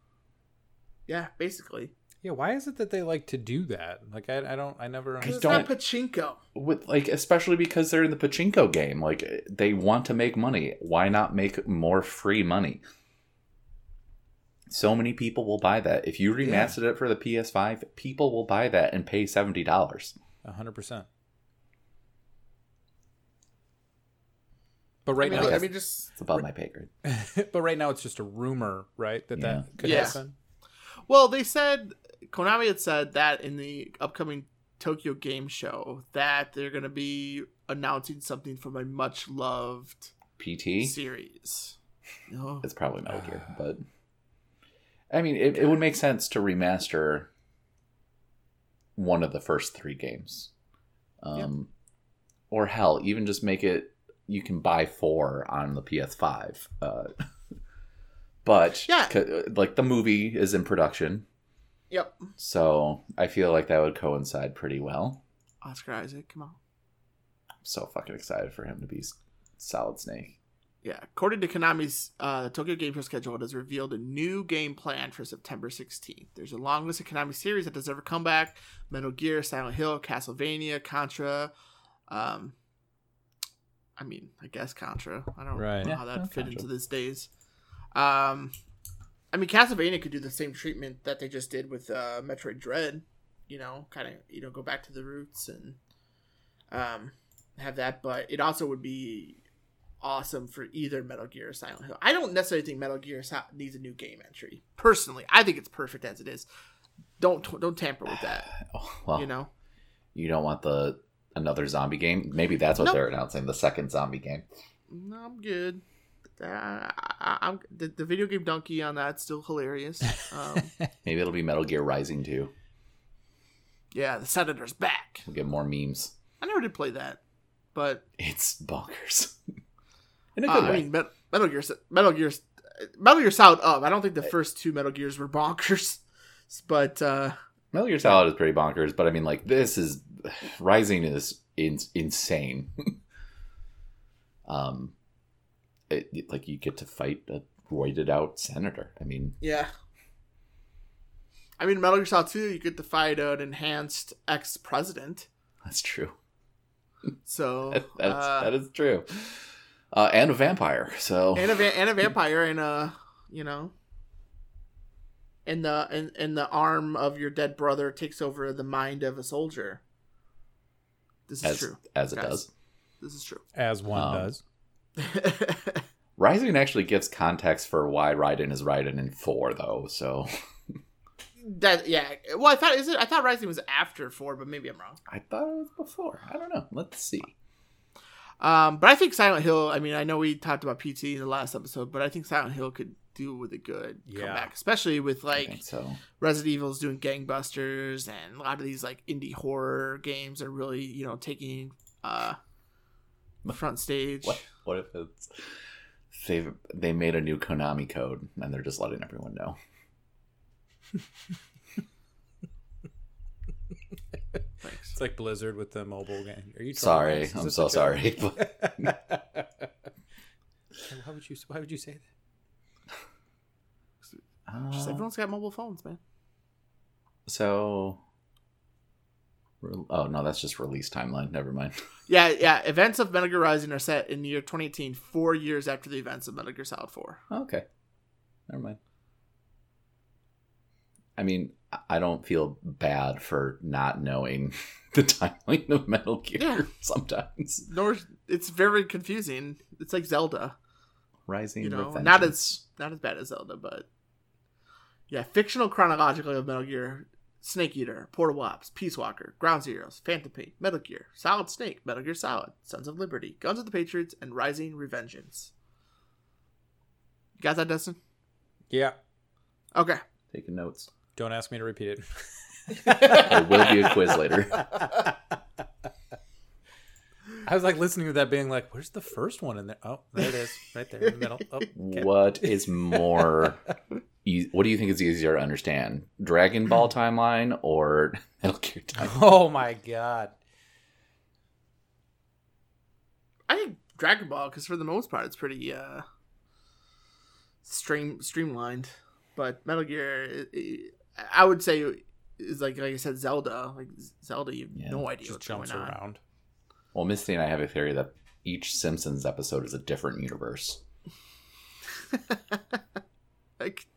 Speaker 3: yeah, basically,
Speaker 2: Yeah, why is it that they like to do that? Like, I, I don't, I never.
Speaker 3: because it's
Speaker 1: don't-
Speaker 3: not pachinko.
Speaker 1: With like, especially because they're in the pachinko game. Like, they want to make money. Why not make more free money? So many people will buy that. If you remastered it for the PS5, people will buy that and pay seventy dollars.
Speaker 2: hundred percent. But right
Speaker 3: I mean,
Speaker 2: now,
Speaker 3: I mean, just
Speaker 1: It's above my pay grade.
Speaker 2: but right now, it's just a rumor, right? That that could
Speaker 3: Yeah.
Speaker 2: happen.
Speaker 3: Well, they said Konami had said that in the upcoming Tokyo Game Show that they're going to be announcing something from a much loved
Speaker 1: PT.
Speaker 3: series. Oh,
Speaker 1: It's probably Metal Gear, but I mean, it, it would make sense to remaster one of the first three games, um, or hell, even just make it you can buy four on the PS5. Uh, but
Speaker 3: Yeah.
Speaker 1: c- like the movie is in production,
Speaker 3: yep.
Speaker 1: so I feel like that would coincide pretty well.
Speaker 3: Oscar Isaac, come on.
Speaker 1: I'm so fucking excited for him to be S- Solid Snake.
Speaker 3: Yeah, according to Konami's uh, Tokyo Game Show schedule, it has revealed a new game plan for September 16th. There's a long list of Konami series that deserve a comeback: Metal Gear, Silent Hill, Castlevania, Contra. Um, I mean, I guess Contra. I don't
Speaker 2: Right.
Speaker 3: know
Speaker 1: Yeah,
Speaker 3: how that
Speaker 1: no,
Speaker 3: fit
Speaker 1: Contra.
Speaker 3: into this days. Um, I mean, Castlevania could do the same treatment that they just did with uh, Metroid Dread. You know, kind of you know go back to the roots and um, have that, but it also would be awesome for either Metal Gear or Silent Hill. I don't necessarily think Metal Gear Si- needs a new game entry. Personally, I think it's perfect as it is. Don't don't tamper with that.
Speaker 1: Oh, well,
Speaker 3: You know,
Speaker 1: you don't want the another zombie game. Maybe that's what
Speaker 3: Nope.
Speaker 1: they're announcing the second zombie game.
Speaker 3: no, I'm good. Uh, I, am the, the video game donkey on that's still hilarious. Um,
Speaker 1: Maybe it'll be Metal Gear Rising 2.
Speaker 3: yeah, the senator's back.
Speaker 1: We'll get more memes.
Speaker 3: I never did play that, but
Speaker 1: It's bonkers. In a
Speaker 3: uh,
Speaker 1: good
Speaker 3: I
Speaker 1: way.
Speaker 3: mean, Met- Metal Gear, Si- Metal Gear, Si- Metal Gear Solid up. I don't think the first two Metal Gears were bonkers, but uh,
Speaker 1: Metal Gear Solid is pretty bonkers, but I mean, like, this is. Rising is in- insane. um, it, it- Like, you get to fight a roided out senator. I mean,
Speaker 3: Yeah. I mean, Metal Gear Solid 2, you get to fight an enhanced ex president.
Speaker 1: that's true.
Speaker 3: So,
Speaker 1: That- that's,
Speaker 3: uh,
Speaker 1: that is true. Uh, and a vampire, so.
Speaker 3: and, a va- and a vampire, and a, you know, and the, and, and the arm of your dead brother takes over the mind of a soldier. This is
Speaker 1: as,
Speaker 3: true.
Speaker 1: as it
Speaker 3: guys.
Speaker 1: does.
Speaker 3: This is true.
Speaker 2: As one
Speaker 1: Um,
Speaker 2: does.
Speaker 1: Rising actually gives context for why Raiden is Raiden in 4, though, so.
Speaker 3: that, yeah. Well, I thought, is it, I thought Rising was after 4, but maybe I'm wrong.
Speaker 1: I thought it was before. I don't know. Let's see.
Speaker 3: Um, but I think Silent Hill. I mean, I know we talked about PT in the last episode, but I think Silent Hill could do with a good
Speaker 2: Yeah.
Speaker 3: comeback, especially with
Speaker 1: I
Speaker 3: like
Speaker 1: think so.
Speaker 3: Resident Evil's doing gangbusters, and a lot of these like indie horror games are really you know taking uh the front stage.
Speaker 1: What, what if it's they they made a new Konami code and they're just letting everyone know?
Speaker 3: Thanks.
Speaker 2: It's like Blizzard with the mobile game. Are you trolling
Speaker 1: Sorry,
Speaker 2: us? Is
Speaker 1: I'm
Speaker 2: this
Speaker 1: so
Speaker 2: a joke?
Speaker 1: sorry. but
Speaker 2: why would you? Why would you say that?
Speaker 3: Just
Speaker 1: Uh,
Speaker 3: everyone's got mobile phones, man.
Speaker 1: so, re- oh no, that's just release timeline. Never mind.
Speaker 3: Yeah, yeah. Events of Metal Gear Rising are set in the year 2018, four years after the events of Metal Gear Solid 4.
Speaker 1: Okay, never mind. I mean, I- I don't feel bad for not knowing the timeline of Metal Gear
Speaker 3: Yeah.
Speaker 1: sometimes.
Speaker 3: Nor it's very confusing. It's like Zelda.
Speaker 1: Rising,
Speaker 3: you know,
Speaker 1: with
Speaker 3: not
Speaker 1: Vengeance.
Speaker 3: as not as bad as Zelda, but yeah, fictional chronologically of Metal Gear Snake Eater, Portal Ops, Peace Walker, Ground Zeroes, Phantom Pain, Metal Gear, Solid Snake, Metal Gear Solid, Sons of Liberty, Guns of the Patriots, and Rising Revengeance. You got that, Dustin?
Speaker 2: Yeah.
Speaker 3: Okay.
Speaker 1: Taking notes.
Speaker 2: Don't ask me to repeat it.
Speaker 1: There will be a quiz later.
Speaker 2: I was like listening to that, being like, "Where's the first one in there? Oh, there it is, right there in the middle." Oh, okay.
Speaker 1: What is more? e- what do you think is easier to understand, Dragon Ball timeline or Metal Gear timeline?
Speaker 2: Oh my god.
Speaker 3: I think Dragon Ball, because for the most part, it's pretty uh stream streamlined. But Metal Gear, i i- I would say, is like like I said, Zelda. Like Zelda, you have
Speaker 1: Yeah,
Speaker 3: no idea
Speaker 2: Just
Speaker 3: what's
Speaker 2: jumps
Speaker 3: going on.
Speaker 2: around.
Speaker 1: Well, Misty and I have a theory that each Simpsons episode is a different universe.
Speaker 3: Like,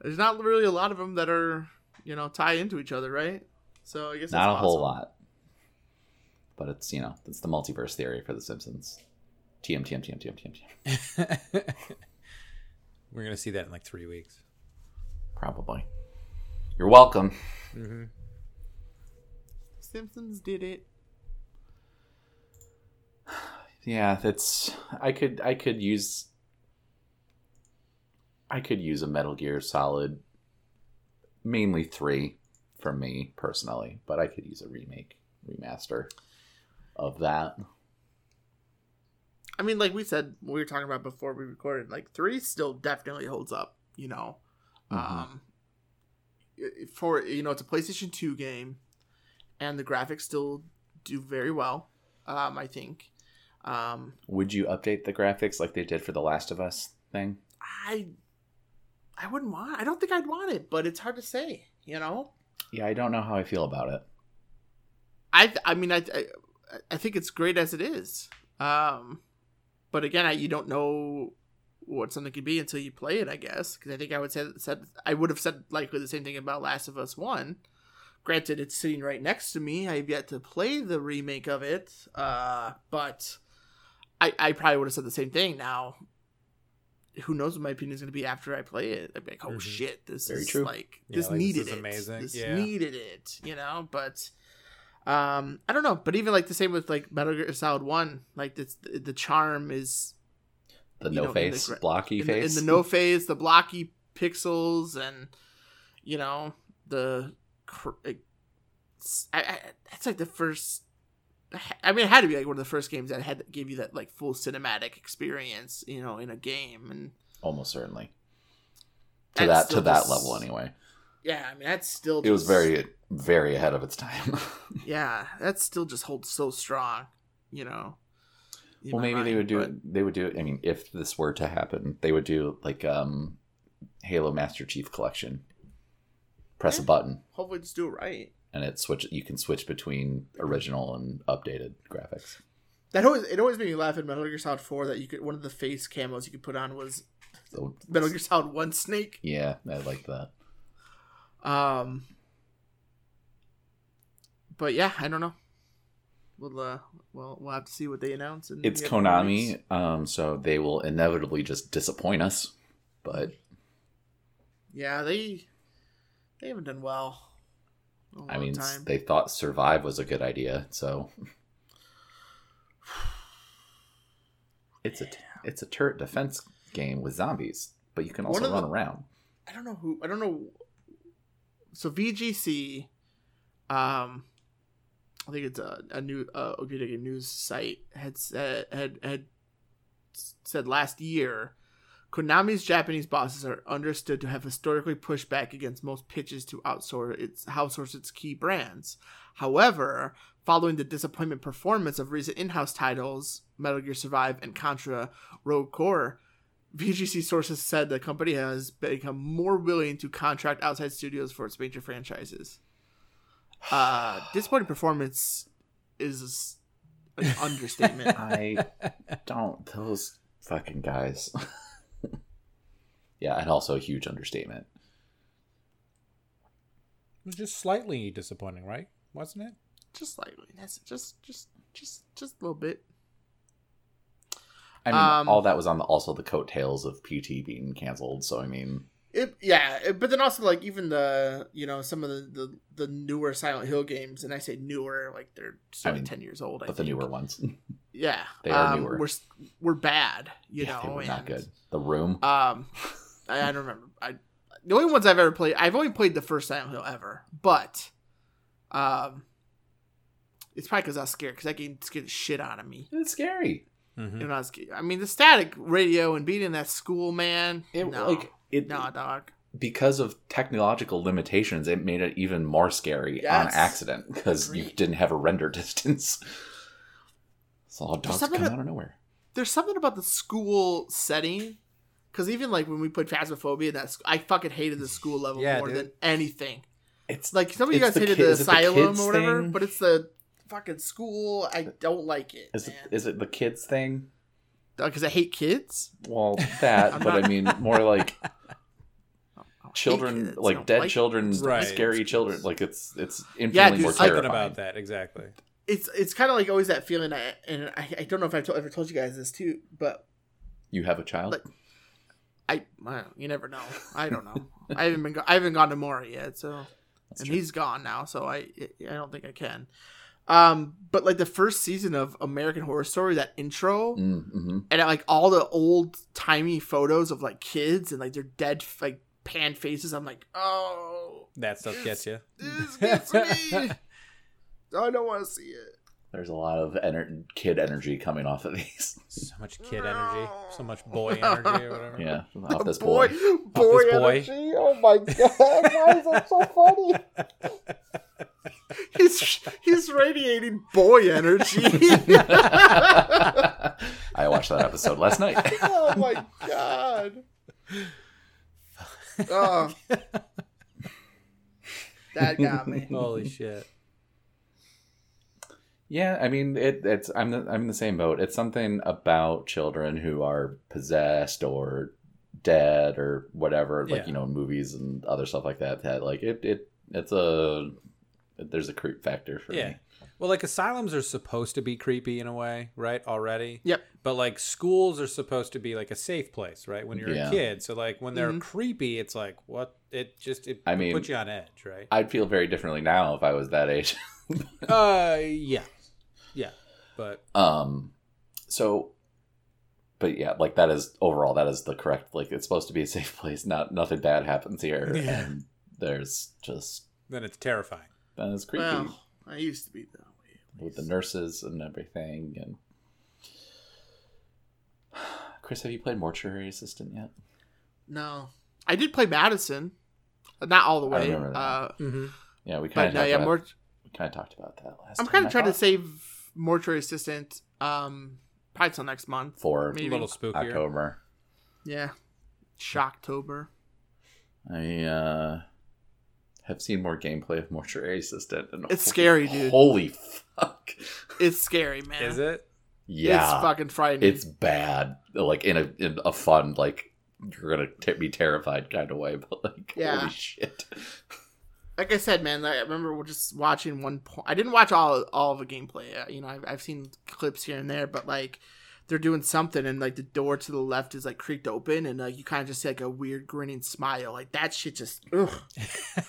Speaker 3: there's not really a lot of them that are you know tie into each other, right? So I guess
Speaker 1: Not a
Speaker 3: that's
Speaker 1: whole
Speaker 3: possible.
Speaker 1: lot, but it's you know it's the multiverse theory for the Simpsons. TM TM TM TM TM TM.
Speaker 2: We're gonna see that in like three weeks.
Speaker 1: Probably. You're welcome.
Speaker 2: Mm-hmm.
Speaker 3: Simpsons did it.
Speaker 1: Yeah, that's I could I could use I could use a Metal Gear Solid mainly 3 for me personally, but I could use a remake, remaster of that.
Speaker 3: I mean, like we said, we were talking about before we recorded, like three still definitely holds up. You know,
Speaker 1: Mm-hmm.
Speaker 3: um, i- for you know, it's a PlayStation Two game, and the graphics still do very well. Um, I think. Um,
Speaker 1: Would you update the graphics like they did for the Last of Us thing?
Speaker 3: I, I wouldn't want. I don't think I'd want it, but it's hard to say. You know,
Speaker 1: Yeah, I don't know how I feel about it.
Speaker 3: I. th- I mean, I. I, I think it's great as it is. Um, but again, I, you don't know what something could be until you play it. I guess because I think I would say said I would have said likely the same thing about Last of Us One. Granted, it's sitting right next to me. I've yet to play the remake of it, uh, but I, I probably would have said the same thing. Now, who knows what my opinion is going to be after I play it? I'd be like, oh
Speaker 2: Mhm.
Speaker 3: shit, this
Speaker 1: Mm-hmm. Very
Speaker 3: is
Speaker 1: true.
Speaker 3: like
Speaker 2: Yeah,
Speaker 3: this
Speaker 2: like, this
Speaker 3: needed
Speaker 2: is
Speaker 3: it.
Speaker 2: amazing.
Speaker 3: This
Speaker 2: Yeah.
Speaker 3: needed it, you know. But um, I don't know. But even like the same with like Metal Gear Solid One, like the the charm is
Speaker 1: The
Speaker 3: You
Speaker 1: no
Speaker 3: know, in the
Speaker 1: face,
Speaker 3: gra-
Speaker 1: blocky
Speaker 3: in the, in
Speaker 1: face.
Speaker 3: the no phase, the blocky pixels, and you know the. cr- it's- I, I, that's like the first. I mean, it had to be like one of the first games that had gave you that like full cinematic experience, you know, in a game, and
Speaker 1: Almost certainly. To that
Speaker 3: that's
Speaker 1: to
Speaker 3: still
Speaker 1: that
Speaker 3: just-
Speaker 1: level anyway.
Speaker 3: Yeah, I mean, that's still.
Speaker 1: It was
Speaker 3: just-
Speaker 1: very very ahead of its time.
Speaker 3: Yeah, that still just holds so strong, you know. in
Speaker 1: well
Speaker 3: my
Speaker 1: maybe they
Speaker 3: mind,
Speaker 1: would do
Speaker 3: but-
Speaker 1: it they would do it i mean if this were to happen they would do like um halo master chief collection press a
Speaker 3: Yeah.
Speaker 1: button
Speaker 3: Hopefully, just do it right.
Speaker 1: and it switch you can switch between original and updated graphics
Speaker 3: That always it always made me laugh in Metal Gear Solid Four that you could one of the face camos you could put on was
Speaker 1: so
Speaker 3: Metal Gear Solid One Snake.
Speaker 1: yeah i like that
Speaker 3: Um, but yeah, I don't know. We'll uh, we'll we'll have to see what they announce. And
Speaker 1: it's konami um so they will inevitably just disappoint us but
Speaker 3: Yeah, they they haven't done well. in a
Speaker 1: i
Speaker 3: long
Speaker 1: mean
Speaker 3: time.
Speaker 1: they thought survive was a good idea so it's a it's a turret defense game with zombies but you can
Speaker 3: One
Speaker 1: also
Speaker 3: of
Speaker 1: run
Speaker 3: the-
Speaker 1: around
Speaker 3: I don't know who I don't know. So VGC, um, I think it's a, a new uh, a video game news site had said had had said last year, Konami's Japanese bosses are understood to have historically pushed back against most pitches to outsource its outsource its key brands. However, following the disappointment performance of recent in-house titles, Metal Gear Survive and Contra Rogue Core, VGC sources said the company has become more willing to contract outside studios for its major franchises. Uh, disappointing performance is an understatement.
Speaker 1: I don't. Those fucking guys. yeah, and also a huge understatement.
Speaker 2: It was just slightly disappointing, right? Wasn't it?
Speaker 3: just slightly. That's just, just, just, just a little bit.
Speaker 1: I mean,
Speaker 3: Um,
Speaker 1: all that was on the also the coattails of PT being canceled. So I mean,
Speaker 3: It, yeah, it- but then also like even the you know some of the, the the newer Silent Hill games, and I say newer like they're starting
Speaker 1: mean,
Speaker 3: ten years old. I
Speaker 1: but the
Speaker 3: think.
Speaker 1: newer ones,
Speaker 3: yeah,
Speaker 1: they are
Speaker 3: um,
Speaker 1: newer.
Speaker 3: We're s- we're bad, you
Speaker 1: yeah,
Speaker 3: know,
Speaker 1: they were not
Speaker 3: and,
Speaker 1: good. The Room,
Speaker 3: Um, I, I don't remember. I the only ones I've ever played. I've only played the first Silent Hill ever, but um, it's probably because I was scared because that game scared the shit out of me.
Speaker 1: it's scary.
Speaker 2: Mhm.
Speaker 1: Mm-hmm.
Speaker 3: You know, I, was, I mean, the static radio and being in that school, man.
Speaker 1: It
Speaker 3: no,
Speaker 1: like it
Speaker 3: no, dog.
Speaker 1: because of technological limitations, it made it even more scary on
Speaker 3: Yes.
Speaker 1: accident because you
Speaker 3: Agreed.
Speaker 1: didn't have a render distance. So all dogs
Speaker 3: something
Speaker 1: come
Speaker 3: that-
Speaker 1: out of nowhere.
Speaker 3: There's something about the school setting. Because even like when we played Phasmophobia, that's I fucking hated the school level
Speaker 2: Yeah,
Speaker 3: more
Speaker 2: dude.
Speaker 3: than anything.
Speaker 1: It's
Speaker 3: Like some of you
Speaker 1: It's
Speaker 3: guys
Speaker 1: the
Speaker 3: hated
Speaker 1: kid-
Speaker 3: the
Speaker 1: is it the
Speaker 3: asylum
Speaker 1: kids
Speaker 3: or whatever,
Speaker 1: thing?
Speaker 3: but it's the fucking school. I don't like it.
Speaker 1: is it,
Speaker 3: man.
Speaker 1: is it the kids thing?
Speaker 3: because I hate kids.
Speaker 1: Well,
Speaker 3: I'm
Speaker 1: that, but
Speaker 3: not-
Speaker 1: I mean more like
Speaker 3: I hate
Speaker 1: children,
Speaker 3: kids. I
Speaker 1: like
Speaker 3: don't
Speaker 1: dead
Speaker 3: like
Speaker 1: children,
Speaker 3: kids.
Speaker 2: Right.
Speaker 1: scary children. Like it's it's infinitely
Speaker 3: dude,
Speaker 1: more
Speaker 3: something
Speaker 1: terrifying.
Speaker 2: Something about that exactly.
Speaker 3: It's it's kind of like always that feeling. I, and I, I don't know if I've to, ever told you guys this too, but
Speaker 1: You have a child.
Speaker 3: Like- I well, you never know. I don't know. I haven't been go- I haven't gone to Mori yet, so
Speaker 1: That's
Speaker 3: and
Speaker 1: true.
Speaker 3: he's gone now, so I I don't think I can. Um, but like the first season of American Horror Story, that intro
Speaker 1: Mm, mhm.
Speaker 3: and like all the old timey photos of like kids and like their dead like pan faces. I'm like, oh,
Speaker 2: That stuff gets you.
Speaker 3: this gets me. I don't want to see it.
Speaker 1: There's a lot of ener- kid energy coming off of these.
Speaker 2: So much kid energy, so much boy energy, or whatever.
Speaker 1: yeah, off this
Speaker 3: boy,
Speaker 1: boy.
Speaker 3: boy,
Speaker 2: this boy.
Speaker 3: energy. Oh my god, why is that so funny? He's he's radiating boy energy.
Speaker 1: I watched that episode last night.
Speaker 3: oh my god. Oh. That got me.
Speaker 2: Holy shit!
Speaker 1: Yeah, I mean, it, it's I'm the, I'm in the same boat. It's something about children who are possessed or dead or whatever, like
Speaker 2: Yeah.
Speaker 1: you know, in movies and other stuff like that. That like it it it's a there's a creep factor for
Speaker 2: Yeah.
Speaker 1: me.
Speaker 2: Well, like asylums are supposed to be creepy in a way, right? Already.
Speaker 3: Yep.
Speaker 2: But like schools are supposed to be like a safe place, right? When you're
Speaker 1: Yeah.
Speaker 2: a kid, so like when they're
Speaker 3: Mhm.
Speaker 2: creepy, it's like what it just it
Speaker 1: I mean-
Speaker 2: puts you on edge, right?
Speaker 1: I'd feel very differently now if I was that age.
Speaker 2: uh, yeah, yeah. But
Speaker 1: Um, so, but yeah, like that is overall that is the correct. Like it's supposed to be a safe place. Not nothing bad happens here.
Speaker 2: Yeah.
Speaker 1: And there's just
Speaker 2: then it's terrifying.
Speaker 1: that is creepy
Speaker 3: Well, I used to be that way.
Speaker 1: with the nurses and everything. And Chris, have you played Mortuary Assistant yet?
Speaker 3: No, I did play Madison, Uh, not all the
Speaker 1: I
Speaker 3: way.
Speaker 1: remember that.
Speaker 3: Uh,
Speaker 2: Mm-hmm.
Speaker 1: Yeah, we kind
Speaker 3: but
Speaker 1: of
Speaker 3: no, yeah,
Speaker 1: about,
Speaker 3: more.
Speaker 1: we kind of talked about that last.
Speaker 3: I'm
Speaker 1: time,
Speaker 3: kind of
Speaker 1: I
Speaker 3: trying to
Speaker 1: thought.
Speaker 3: save Mortuary Assistant. Um, probably till next month.
Speaker 1: for
Speaker 2: A
Speaker 3: maybe.
Speaker 2: little spookier.
Speaker 1: October.
Speaker 3: Yeah, Shocktober.
Speaker 1: I uh, have seen more gameplay of Mortuary Assistant, and
Speaker 3: It's scary, dude.
Speaker 1: Holy fuck!
Speaker 3: It's scary, man.
Speaker 2: Is it?
Speaker 1: Yeah,
Speaker 3: It's fucking
Speaker 2: Mm-hmm.
Speaker 3: frightening.
Speaker 1: it's bad like in a in a fun like you're gonna t- be terrified kind of way but like
Speaker 3: Yeah.
Speaker 1: holy shit
Speaker 3: like I said, man. I remember we're just watching one point. I didn't watch all all of the gameplay. Uh, You know, I've, I've seen clips here and there, but like they're doing something, and like the door to the left is like creaked open, and like you kind of just see like a weird grinning smile. Like that shit just. Ugh.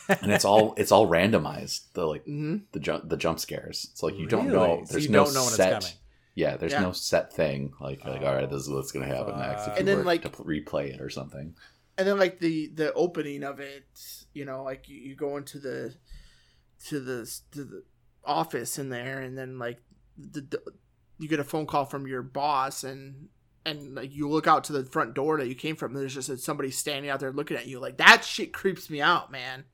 Speaker 1: and it's all it's all randomized the like
Speaker 3: hmm
Speaker 1: the jump the jump scares it's like you don't
Speaker 2: Really?
Speaker 1: know
Speaker 2: So
Speaker 1: there's
Speaker 2: you
Speaker 1: no
Speaker 2: don't know when it's
Speaker 1: set
Speaker 2: coming.
Speaker 1: yeah there's
Speaker 3: Yeah.
Speaker 1: no set thing like you're like
Speaker 2: Oh,
Speaker 1: all right this is what's gonna happen next if
Speaker 2: fuck.
Speaker 1: you
Speaker 3: And then,
Speaker 1: were
Speaker 3: like-
Speaker 1: to pl- replay it or something
Speaker 3: and then like the the opening of it you know like you, you go into the to the to the office in there and then like the, the you get a phone call from your boss and and like, you look out to the front door that you came from and there's just uh, somebody standing out there looking at you like that shit creeps me out man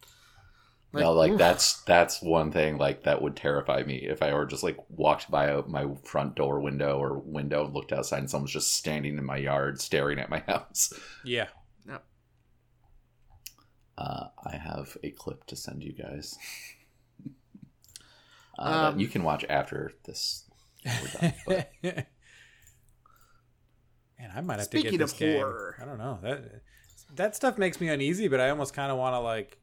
Speaker 1: no like
Speaker 3: oof.
Speaker 1: that's that's one thing like that would terrify me if i were just like walked by a, my front door window or window and looked outside and someone's just standing in my yard staring at my house
Speaker 2: Yeah.
Speaker 1: Uh, I have a clip to send you guys. Uh, that
Speaker 3: Um,
Speaker 1: you can watch after this. We're done, but-
Speaker 2: Man, I might have to
Speaker 3: Speaking
Speaker 2: get this
Speaker 3: of
Speaker 2: game.
Speaker 3: horror.
Speaker 2: I don't know that that stuff makes me uneasy, but I almost kind of want to like.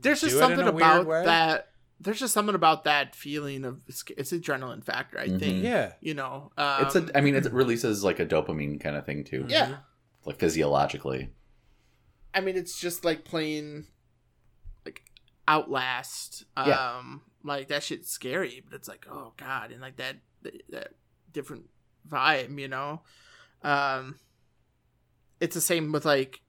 Speaker 3: there's just
Speaker 2: do it in
Speaker 3: something
Speaker 2: a weird
Speaker 3: about
Speaker 2: way.
Speaker 3: that there's just something about that feeling of it's, it's adrenaline factor i
Speaker 1: Mhm.
Speaker 3: think
Speaker 2: Yeah.
Speaker 3: you know um,
Speaker 1: it's a. I mean, it releases like a dopamine kind of thing too,
Speaker 3: yeah
Speaker 1: like physiologically.
Speaker 3: I mean, it's just like playing like Outlast. Um,
Speaker 5: Yeah.
Speaker 3: like that shit's scary, but it's like, oh god, and like that that, that different vibe, you know. Um, it's the same with like.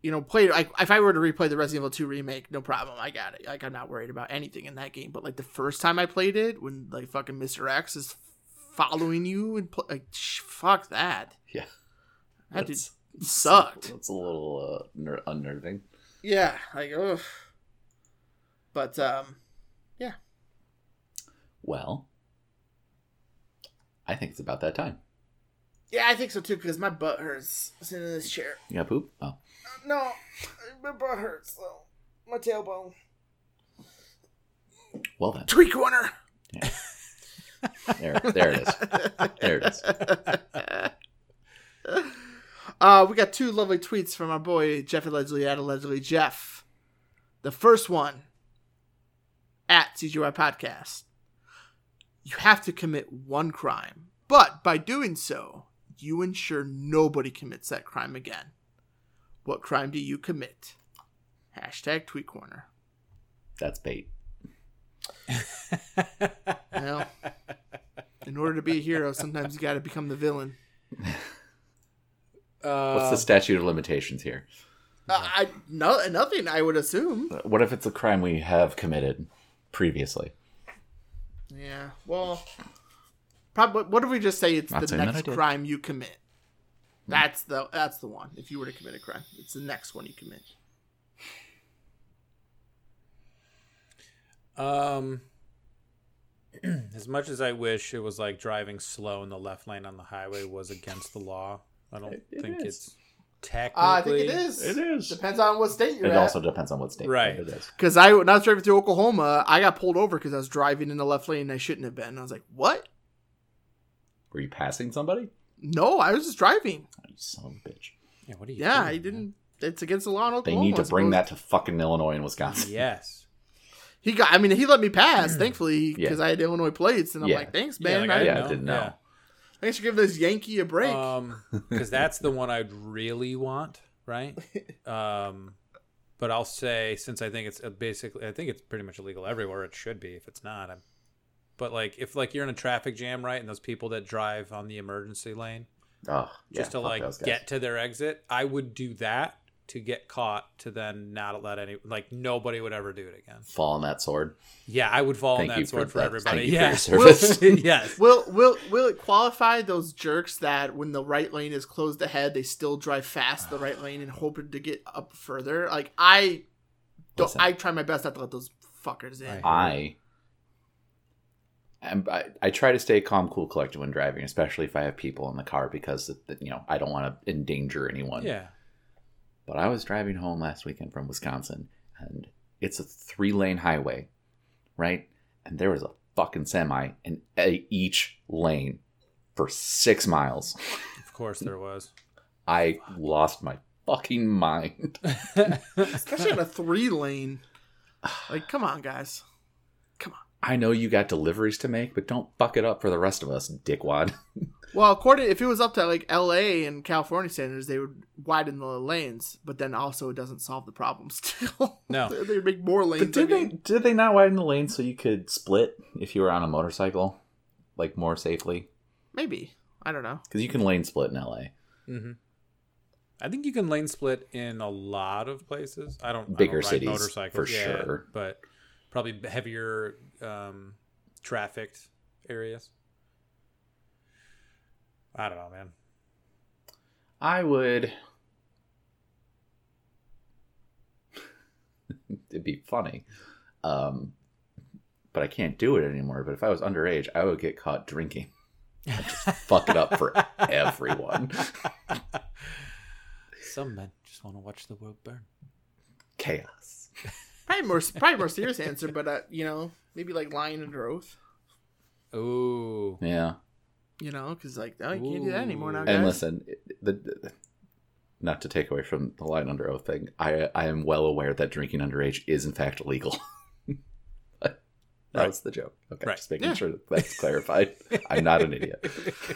Speaker 3: You know, play like if I were to replay the Resident Evil 2 remake, no problem. I got it. Like I'm not worried about anything in that game. But like the first time I played it, when like fucking Mr. X is following you and pl- like sh- fuck that.
Speaker 1: Yeah.
Speaker 3: That dude
Speaker 1: That's-
Speaker 3: sucked.
Speaker 1: That's a little uh, ner- unnerving.
Speaker 3: Yeah, like ugh. But um,
Speaker 1: Well, I think it's about that time.
Speaker 3: yeah, I think so too because my butt hurts sitting in this chair.
Speaker 1: You got poop? Oh,
Speaker 3: No, my butt hurts though. My tailbone.
Speaker 1: well then.
Speaker 3: Tree corner.
Speaker 1: There, there it is. There it is.
Speaker 3: Uh, we got two lovely tweets from our boy Jeff allegedly at allegedly Jeff. The first one at CGY Podcast. You have to commit one crime, but by doing so, you ensure nobody commits that crime again. What crime do you commit? Hashtag Tweet Corner.
Speaker 1: That's bait.
Speaker 3: Well, in order to be a hero, sometimes you got to become the villain.
Speaker 1: What's
Speaker 2: Uh,
Speaker 3: Um,
Speaker 1: the statute of limitations here?
Speaker 3: Uh, I no nothing. I would assume.
Speaker 1: What if it's a crime we have committed previously?
Speaker 3: Yeah. Well, probably. What if we just say it's
Speaker 1: Not
Speaker 3: the
Speaker 1: saying that I
Speaker 3: next
Speaker 1: did. Hmm.
Speaker 3: crime you commit? That's the that's the one. If you were to commit a crime, it's the next one you commit.
Speaker 2: Um, as much as I wish it was like driving slow in the left lane on the highway was against the law, I don't
Speaker 1: it is.
Speaker 2: think it's technically.
Speaker 3: Uh, I think it is.
Speaker 1: is.
Speaker 3: Depends on what state you're
Speaker 1: It
Speaker 3: at.
Speaker 1: also depends on what state
Speaker 2: Right.
Speaker 1: it is.
Speaker 3: Because I when I was driving through Oklahoma, I got pulled over because I was driving in the left lane and I shouldn't have been. I was like, "What?
Speaker 1: Were you passing somebody?
Speaker 3: No, I was just driving.
Speaker 1: Oh, you son of a bitch.
Speaker 2: Yeah, what are you?
Speaker 3: Yeah,
Speaker 2: doing,
Speaker 3: I didn't. It's against the law in
Speaker 1: They
Speaker 3: Oklahoma."
Speaker 1: need to
Speaker 3: I
Speaker 1: bring that
Speaker 3: suppose.
Speaker 1: to fucking Illinois and Wisconsin.
Speaker 2: Yes.
Speaker 3: He got. I mean, he let me pass, thankfully,
Speaker 1: Hmm. Yeah.
Speaker 3: because I had Illinois plates, and I'm
Speaker 1: Yeah.
Speaker 3: like, "Thanks,
Speaker 2: Yeah,
Speaker 3: man.
Speaker 2: like, I
Speaker 3: I-
Speaker 1: Yeah, I
Speaker 2: know.
Speaker 1: didn't know.
Speaker 2: Yeah.
Speaker 3: thanks for giving this Yankee a break."
Speaker 2: Um, because that's the one I'd really want, right? Um, but I'll say since I think it's uh, basically, I think it's pretty much illegal everywhere. It should be. If it's not, I'm. But like, if like you're in a traffic jam, right, and those people that drive on the emergency lane,
Speaker 1: Ugh, yeah,
Speaker 2: just to
Speaker 1: fuck
Speaker 2: like
Speaker 1: those guys.
Speaker 2: get to their exit. I would do that to get caught to then not let any like nobody would ever do it again.
Speaker 1: fall on that sword.
Speaker 2: Yeah, I would fall
Speaker 1: Thank
Speaker 2: on
Speaker 1: you
Speaker 2: that sword
Speaker 1: for
Speaker 2: for,
Speaker 1: that.
Speaker 2: everybody.
Speaker 1: Thank you for
Speaker 2: yeah.
Speaker 1: your service.
Speaker 2: yes.
Speaker 3: Will will will it qualify those jerks that when the right lane is closed ahead, they still drive fast the right lane and hoping to get up further? Like I, don't,
Speaker 1: Listen.
Speaker 3: I try my best not to let those fuckers in.
Speaker 2: Right.
Speaker 1: I, am, I I try to stay calm, cool, collected when driving, especially if I have people in the car because that- you know I don't want to endanger anyone.
Speaker 2: Yeah.
Speaker 1: But I was driving home last weekend from Wisconsin, and it's a three lane highway, right? And there was a fucking semi in a- each lane for six miles.
Speaker 2: Of course there was.
Speaker 1: I lost my fucking mind.
Speaker 3: Especially on a three lane. Like, come on, guys.
Speaker 1: I know you got deliveries to make, but don't fuck it up for the rest of us, dickwad.
Speaker 3: Well, according if it was up to like L.A. and California standards, they would widen the lanes, but then also it doesn't solve the problem. Still,
Speaker 2: No.
Speaker 3: they would make more lanes.
Speaker 1: But did they
Speaker 3: again.
Speaker 1: did they not widen the lane so you could split if you were on a motorcycle, like more safely?
Speaker 3: Maybe I don't know.
Speaker 1: Because you can lane split in L.A. Mm-hmm.
Speaker 2: hmm I think you can lane split in a lot of places. I don't I don't
Speaker 1: Bigger
Speaker 2: ride
Speaker 1: cities,
Speaker 2: motorcycles
Speaker 1: for
Speaker 2: yet,
Speaker 1: sure.
Speaker 2: but probably heavier um, trafficked areas. I don't know, man.
Speaker 1: I would. It'd be funny, um, but I can't do it anymore. But if I was underage, I would get caught drinking. I'd just fuck it up for everyone.
Speaker 2: Some men just want to watch the world burn.
Speaker 1: Chaos.
Speaker 3: Probably more, probably more serious answer, but uh, you know, maybe like lying under oath.
Speaker 2: Ooh.
Speaker 1: Yeah.
Speaker 3: You know, because like, oh, you can't do that anymore now,
Speaker 2: Ooh.
Speaker 3: guys.
Speaker 1: And listen, it- the, the- not to take away from the line under oath thing, I I am well aware that drinking underage is in fact illegal. that
Speaker 2: Right.
Speaker 1: was the joke. Okay,
Speaker 2: Right.
Speaker 1: just making
Speaker 3: Yeah.
Speaker 1: sure that that's clarified. I'm not an idiot.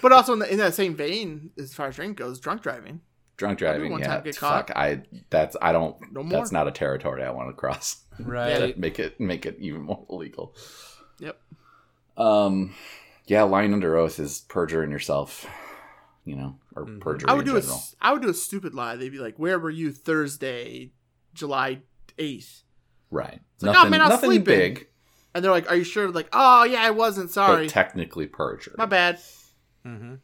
Speaker 3: But also in, the, in that same vein, as far as drink goes, drunk driving.
Speaker 1: drunk
Speaker 3: I did
Speaker 1: driving
Speaker 3: one
Speaker 1: yeah
Speaker 3: time get
Speaker 1: fuck i that's i don't
Speaker 3: No more.
Speaker 1: that's not a territory i want to cross
Speaker 2: Right.
Speaker 1: make it make it even more illegal
Speaker 3: Yep.
Speaker 1: um yeah lying under oath is perjuring yourself you know or
Speaker 2: Mhm.
Speaker 1: perjury
Speaker 3: Mm-hmm. I would do
Speaker 1: in
Speaker 3: a
Speaker 1: general.
Speaker 3: s- I would do a stupid lie. They'd be like, "Where were you Thursday, July 8th?
Speaker 1: right
Speaker 3: It's like, oh, man, I was
Speaker 1: nothing
Speaker 3: sleeping.
Speaker 1: big
Speaker 3: And they're like, "Are you sure?" Like, "Oh yeah, I wasn't. Sorry,
Speaker 1: but technically perjury
Speaker 3: my bad."
Speaker 2: Mm-hmm.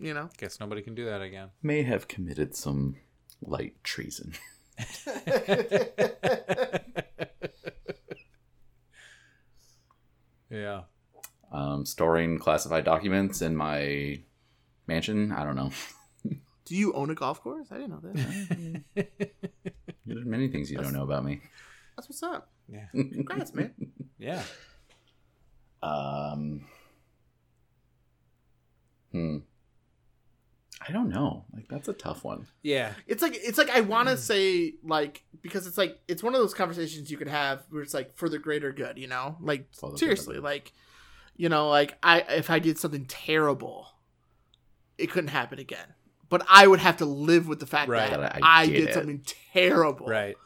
Speaker 3: You know.
Speaker 2: Guess nobody can do that again.
Speaker 1: may have committed some light treason
Speaker 2: yeah.
Speaker 1: um storing classified documents in my mansion i don't know
Speaker 3: Do you own a golf course? I didn't know that.
Speaker 1: there's many things you don't know about me
Speaker 3: That's what's up.
Speaker 2: Yeah.
Speaker 3: Congrats, man.
Speaker 2: Yeah.
Speaker 1: Um, hmm. I don't know. Like that's a tough one.
Speaker 2: Yeah.
Speaker 3: It's like it's like I want
Speaker 1: Mm.
Speaker 3: to say like because it's like it's one of those conversations you could have where it's like for the greater good, you know? Like
Speaker 1: For the
Speaker 3: seriously,
Speaker 1: greater good.
Speaker 3: like you know, like I if I did something terrible, it couldn't happen again. But I would have to live with the fact
Speaker 2: Right.
Speaker 3: that
Speaker 1: That I
Speaker 3: I,
Speaker 1: did
Speaker 3: did
Speaker 1: it.
Speaker 3: something terrible.
Speaker 2: Right.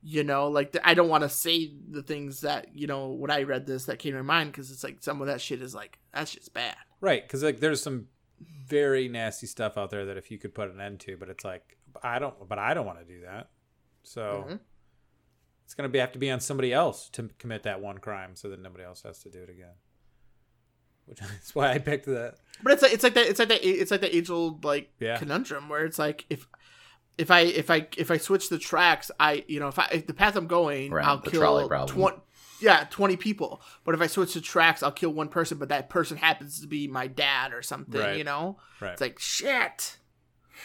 Speaker 3: You know, like th- I don't want to say the things that you know when I read this that came to mind because it's like some of that shit is like that's just bad.
Speaker 2: Right. Because like there's some very nasty stuff out there that if you could put an end to, but it's like I don't. But I don't want to do that.
Speaker 1: Oh.
Speaker 2: So
Speaker 3: Mhm.
Speaker 2: it's gonna be have to be on somebody else to commit that one crime, so that nobody else has to do it again. Which is why I picked that.
Speaker 3: But it's like it's like that it's like that it's like that age old like
Speaker 2: Yeah.
Speaker 3: conundrum where it's like if if I if I if I switch the tracks, I you know if I if the path I'm going,
Speaker 1: Right,
Speaker 3: I'll
Speaker 1: the
Speaker 3: kill
Speaker 1: trolley problem.
Speaker 3: twenty. Yeah, twenty people. But if I switch the tracks, I'll kill one person. But that person happens to be my dad or something.
Speaker 2: Right.
Speaker 3: You know,
Speaker 2: Right.
Speaker 3: it's like shit.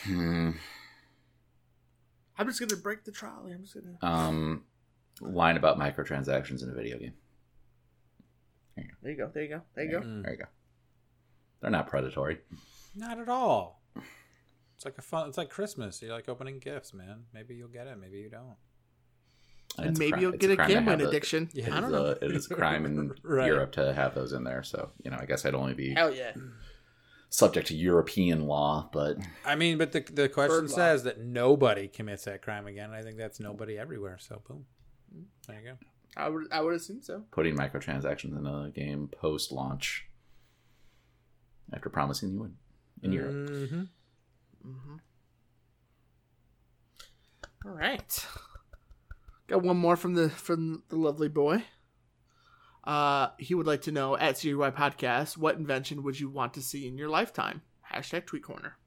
Speaker 1: Hmm.
Speaker 3: I'm just gonna break the trolley. I'm just gonna.
Speaker 1: Um, line about microtransactions in a video game.
Speaker 3: There you go. There you go. There you go.
Speaker 2: Mm.
Speaker 1: There you go. They're not predatory.
Speaker 2: Not at all. It's like a fun. It's like Christmas. You like opening gifts, man. Maybe you'll get it. Maybe you don't.
Speaker 1: it's
Speaker 3: And
Speaker 1: a
Speaker 3: maybe
Speaker 1: crime-
Speaker 3: you'll
Speaker 1: it's
Speaker 3: get a
Speaker 1: crime to
Speaker 3: gambling
Speaker 1: have
Speaker 3: addiction.
Speaker 2: Yeah,
Speaker 1: It
Speaker 3: I
Speaker 1: is
Speaker 3: don't know.
Speaker 1: a- it is a crime in
Speaker 2: Right.
Speaker 1: Europe to have those in there. So you know, I guess I'd only be
Speaker 3: Hell yeah.
Speaker 1: subject to European law, but
Speaker 2: I mean, but the the question
Speaker 3: Bird law.
Speaker 2: says that nobody commits that crime again. I think that's nobody everywhere. So boom, there you go.
Speaker 3: I would. I would assume so.
Speaker 1: putting microtransactions in a game post-launch after promising you would in Europe.
Speaker 2: Mhm.
Speaker 3: Mm-hmm. All right. Got one more from the from the lovely boy. Uh, he would like to know at CUI Podcast, what invention would you want to see in your lifetime? Hashtag Tweet Corner.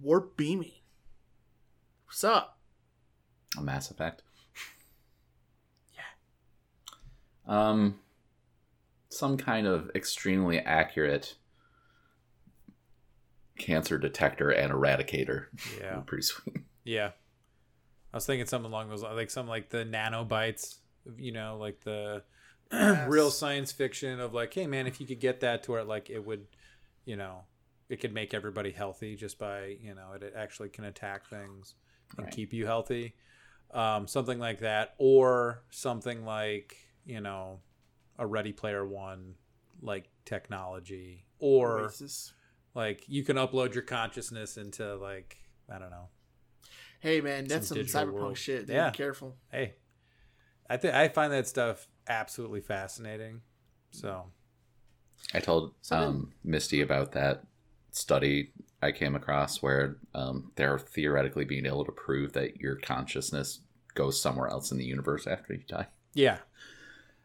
Speaker 3: Warp beaming. What's up?
Speaker 1: a Mass Effect. Yeah. Um, some kind of extremely accurate cancer detector and eradicator.
Speaker 2: Yeah,
Speaker 1: Pretty sweet.
Speaker 2: yeah. I was thinking something along those lines, like some like the nanobites. You know, like the real science fiction of like, hey man, if you could get that to where like it would, you know, it could make everybody healthy just by you know it actually can attack things and
Speaker 1: Right.
Speaker 2: keep you healthy, um, something like that, or something like you know, a Ready Player One like technology, or
Speaker 3: Oasis.
Speaker 2: like you can upload your consciousness into like I don't know.
Speaker 3: Hey man, that's
Speaker 2: some
Speaker 3: some,
Speaker 2: digital
Speaker 3: cyberpunk
Speaker 2: world.
Speaker 3: shit. Dude.
Speaker 2: Yeah.
Speaker 3: Be careful.
Speaker 2: Hey, I think I find that stuff absolutely fascinating. So
Speaker 1: I told um, Misty about that study I came across where um, they're theoretically being able to prove that your consciousness goes somewhere else in the universe after you die.
Speaker 2: yeah,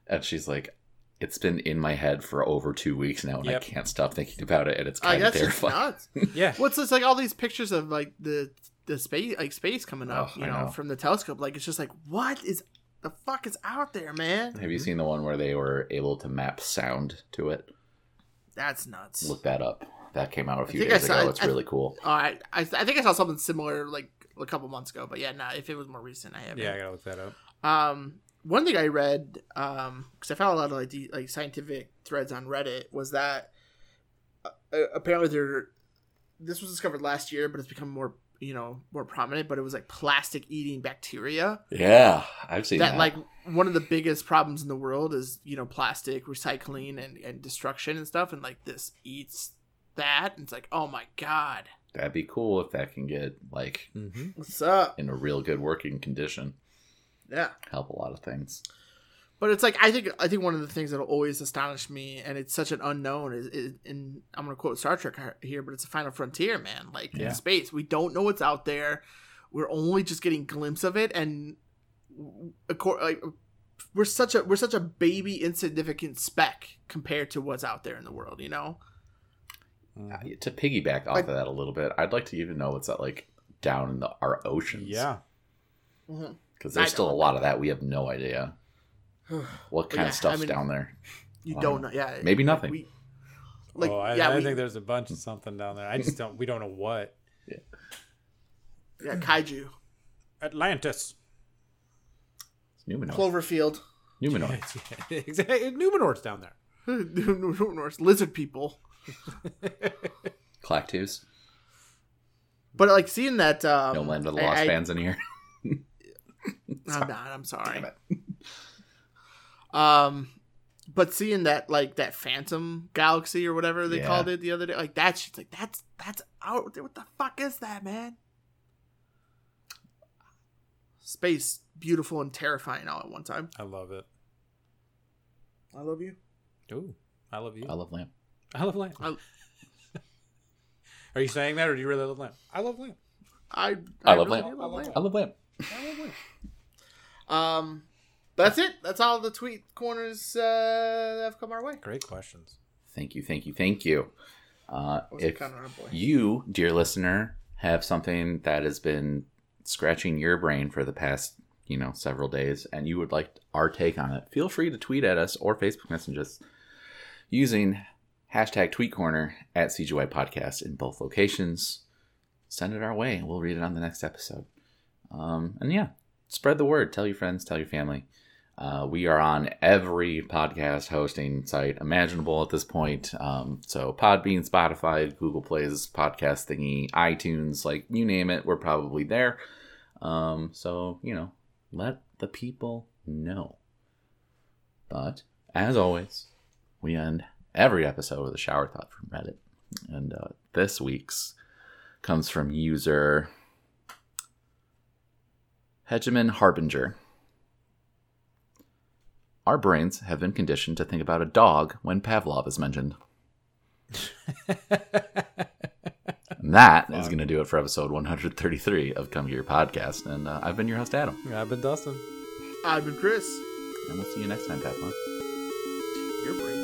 Speaker 1: And she's like, it's been in my head for over two weeks now, and
Speaker 2: Yep.
Speaker 1: I can't stop thinking about it, and it's
Speaker 3: I
Speaker 1: kind of
Speaker 3: guess it's
Speaker 1: terrifying.
Speaker 3: nuts.
Speaker 2: yeah.
Speaker 3: What's this like all these pictures of like the the space like space coming up,
Speaker 1: Oh,
Speaker 3: you
Speaker 1: I
Speaker 3: know,
Speaker 1: know.
Speaker 3: from the telescope. Like it's just like what is the fuck is out there, man?
Speaker 1: Have you seen the one where they were able to map sound to it?
Speaker 3: That's nuts.
Speaker 1: Look that up. That came out a few
Speaker 3: think I
Speaker 1: days
Speaker 3: saw
Speaker 1: ago.
Speaker 3: it.
Speaker 1: It's
Speaker 3: I-
Speaker 1: really cool.
Speaker 3: All right, I, I think I saw something similar like a couple months ago, but yeah, nah, if it was more recent, I haven't.
Speaker 2: Yeah, I gotta look that up.
Speaker 3: Um, one thing I read, um, because I found a lot of like, the, like scientific threads on Reddit, was that uh, apparently there, this was discovered last year, but it's become more you know more prominent. But it was like plastic eating bacteria.
Speaker 1: Yeah, I've seen
Speaker 3: that,
Speaker 1: that.
Speaker 3: like one of the biggest problems in the world is you know plastic recycling and, and destruction and stuff and like this eats that. And it's like, oh my god,
Speaker 1: That'd be cool if that can get like
Speaker 2: Mm-hmm.
Speaker 3: what's up?
Speaker 1: in a real good working condition.
Speaker 3: Yeah.
Speaker 1: Help a lot of things.
Speaker 3: But it's like I think I think one of the things that'll always astonish me, and it's such an unknown. Is, is and I'm gonna quote Star Trek here, but it's a final frontier, man. Like
Speaker 2: Yeah.
Speaker 3: in space, we don't know what's out there. We're only just getting a glimpse of it, and acor- like we're such a we're such a baby, insignificant speck compared to what's out there in the world. You know?
Speaker 1: Uh, To piggyback off
Speaker 3: Like-
Speaker 1: of that a little bit, I'd like to even know what's that like down in the our oceans.
Speaker 2: Mm-hmm. Yeah.
Speaker 1: because
Speaker 3: I
Speaker 1: there's still a
Speaker 3: don't
Speaker 1: lot of that we have no idea what
Speaker 3: But
Speaker 1: kind
Speaker 3: yeah, I
Speaker 1: of stuff's
Speaker 3: mean-
Speaker 1: down there.
Speaker 3: You
Speaker 1: Wow.
Speaker 3: don't know. Yeah.
Speaker 1: Maybe nothing.
Speaker 3: We, like
Speaker 2: oh, I,
Speaker 3: yeah,
Speaker 2: I
Speaker 3: we,
Speaker 2: think there's a bunch of something down there. I just don't. We don't know what.
Speaker 3: yeah, kaiju,
Speaker 2: Atlantis.
Speaker 1: Numenor.
Speaker 3: Cloverfield,
Speaker 1: Numenor.
Speaker 2: exactly. Numenor's down there.
Speaker 3: lizard people.
Speaker 1: Clactus.
Speaker 3: But like seeing that, um,
Speaker 1: No land of the
Speaker 3: I-
Speaker 1: lost
Speaker 3: I-
Speaker 1: fans in here.
Speaker 3: I'm not. I'm sorry.
Speaker 1: Damn
Speaker 3: Um, but seeing that like that Phantom Galaxy or whatever they
Speaker 1: Yeah.
Speaker 3: called it the other day, like that shit's like that's that's out. there. What the fuck is that, man? Space, beautiful and terrifying all at one time.
Speaker 2: I love it.
Speaker 3: I love you.
Speaker 2: Ooh, I love you.
Speaker 1: I love lamp.
Speaker 2: I love lamp.
Speaker 3: I-
Speaker 2: Are you saying that, or do you really love lamp? I love lamp.
Speaker 3: I I,
Speaker 1: I love
Speaker 3: really
Speaker 1: lamp.
Speaker 3: do love
Speaker 1: I love lamp.
Speaker 2: I love lamp.
Speaker 3: Um, that's it. That's all the tweet corners uh, that have come our way.
Speaker 2: Great questions.
Speaker 1: Thank you, thank you, thank you. Uh,
Speaker 3: That was
Speaker 1: if
Speaker 3: kind of a boy.
Speaker 1: you, dear listener, have something that has been scratching your brain for the past, you know, several days, and you would like our take on it, feel free to tweet at us or Facebook message us using hashtag Tweet Corner at CGY Podcast in both locations. Send it our way, and we'll read it on the next episode. Um, and yeah, spread the word. Tell your friends. Tell your family. Uh, we are on every podcast hosting site imaginable at this point. Um, so Podbean, Spotify, Google Play's podcast thingy, iTunes, like you name it, we're probably there. Um, so, you know, let the people know. But as always, we end every episode with a shower thought from Reddit. And uh, this week's comes from user Hegeman Harbinger. Our brains have been conditioned to think about a dog when Pavlov is mentioned. And that is going to do it for episode 133 of Come Here Podcast. And uh, I've been your host, Adam.
Speaker 2: I've been Dustin.
Speaker 3: I've been Chris.
Speaker 1: And we'll see you next time, Pavlov.
Speaker 3: You're brave.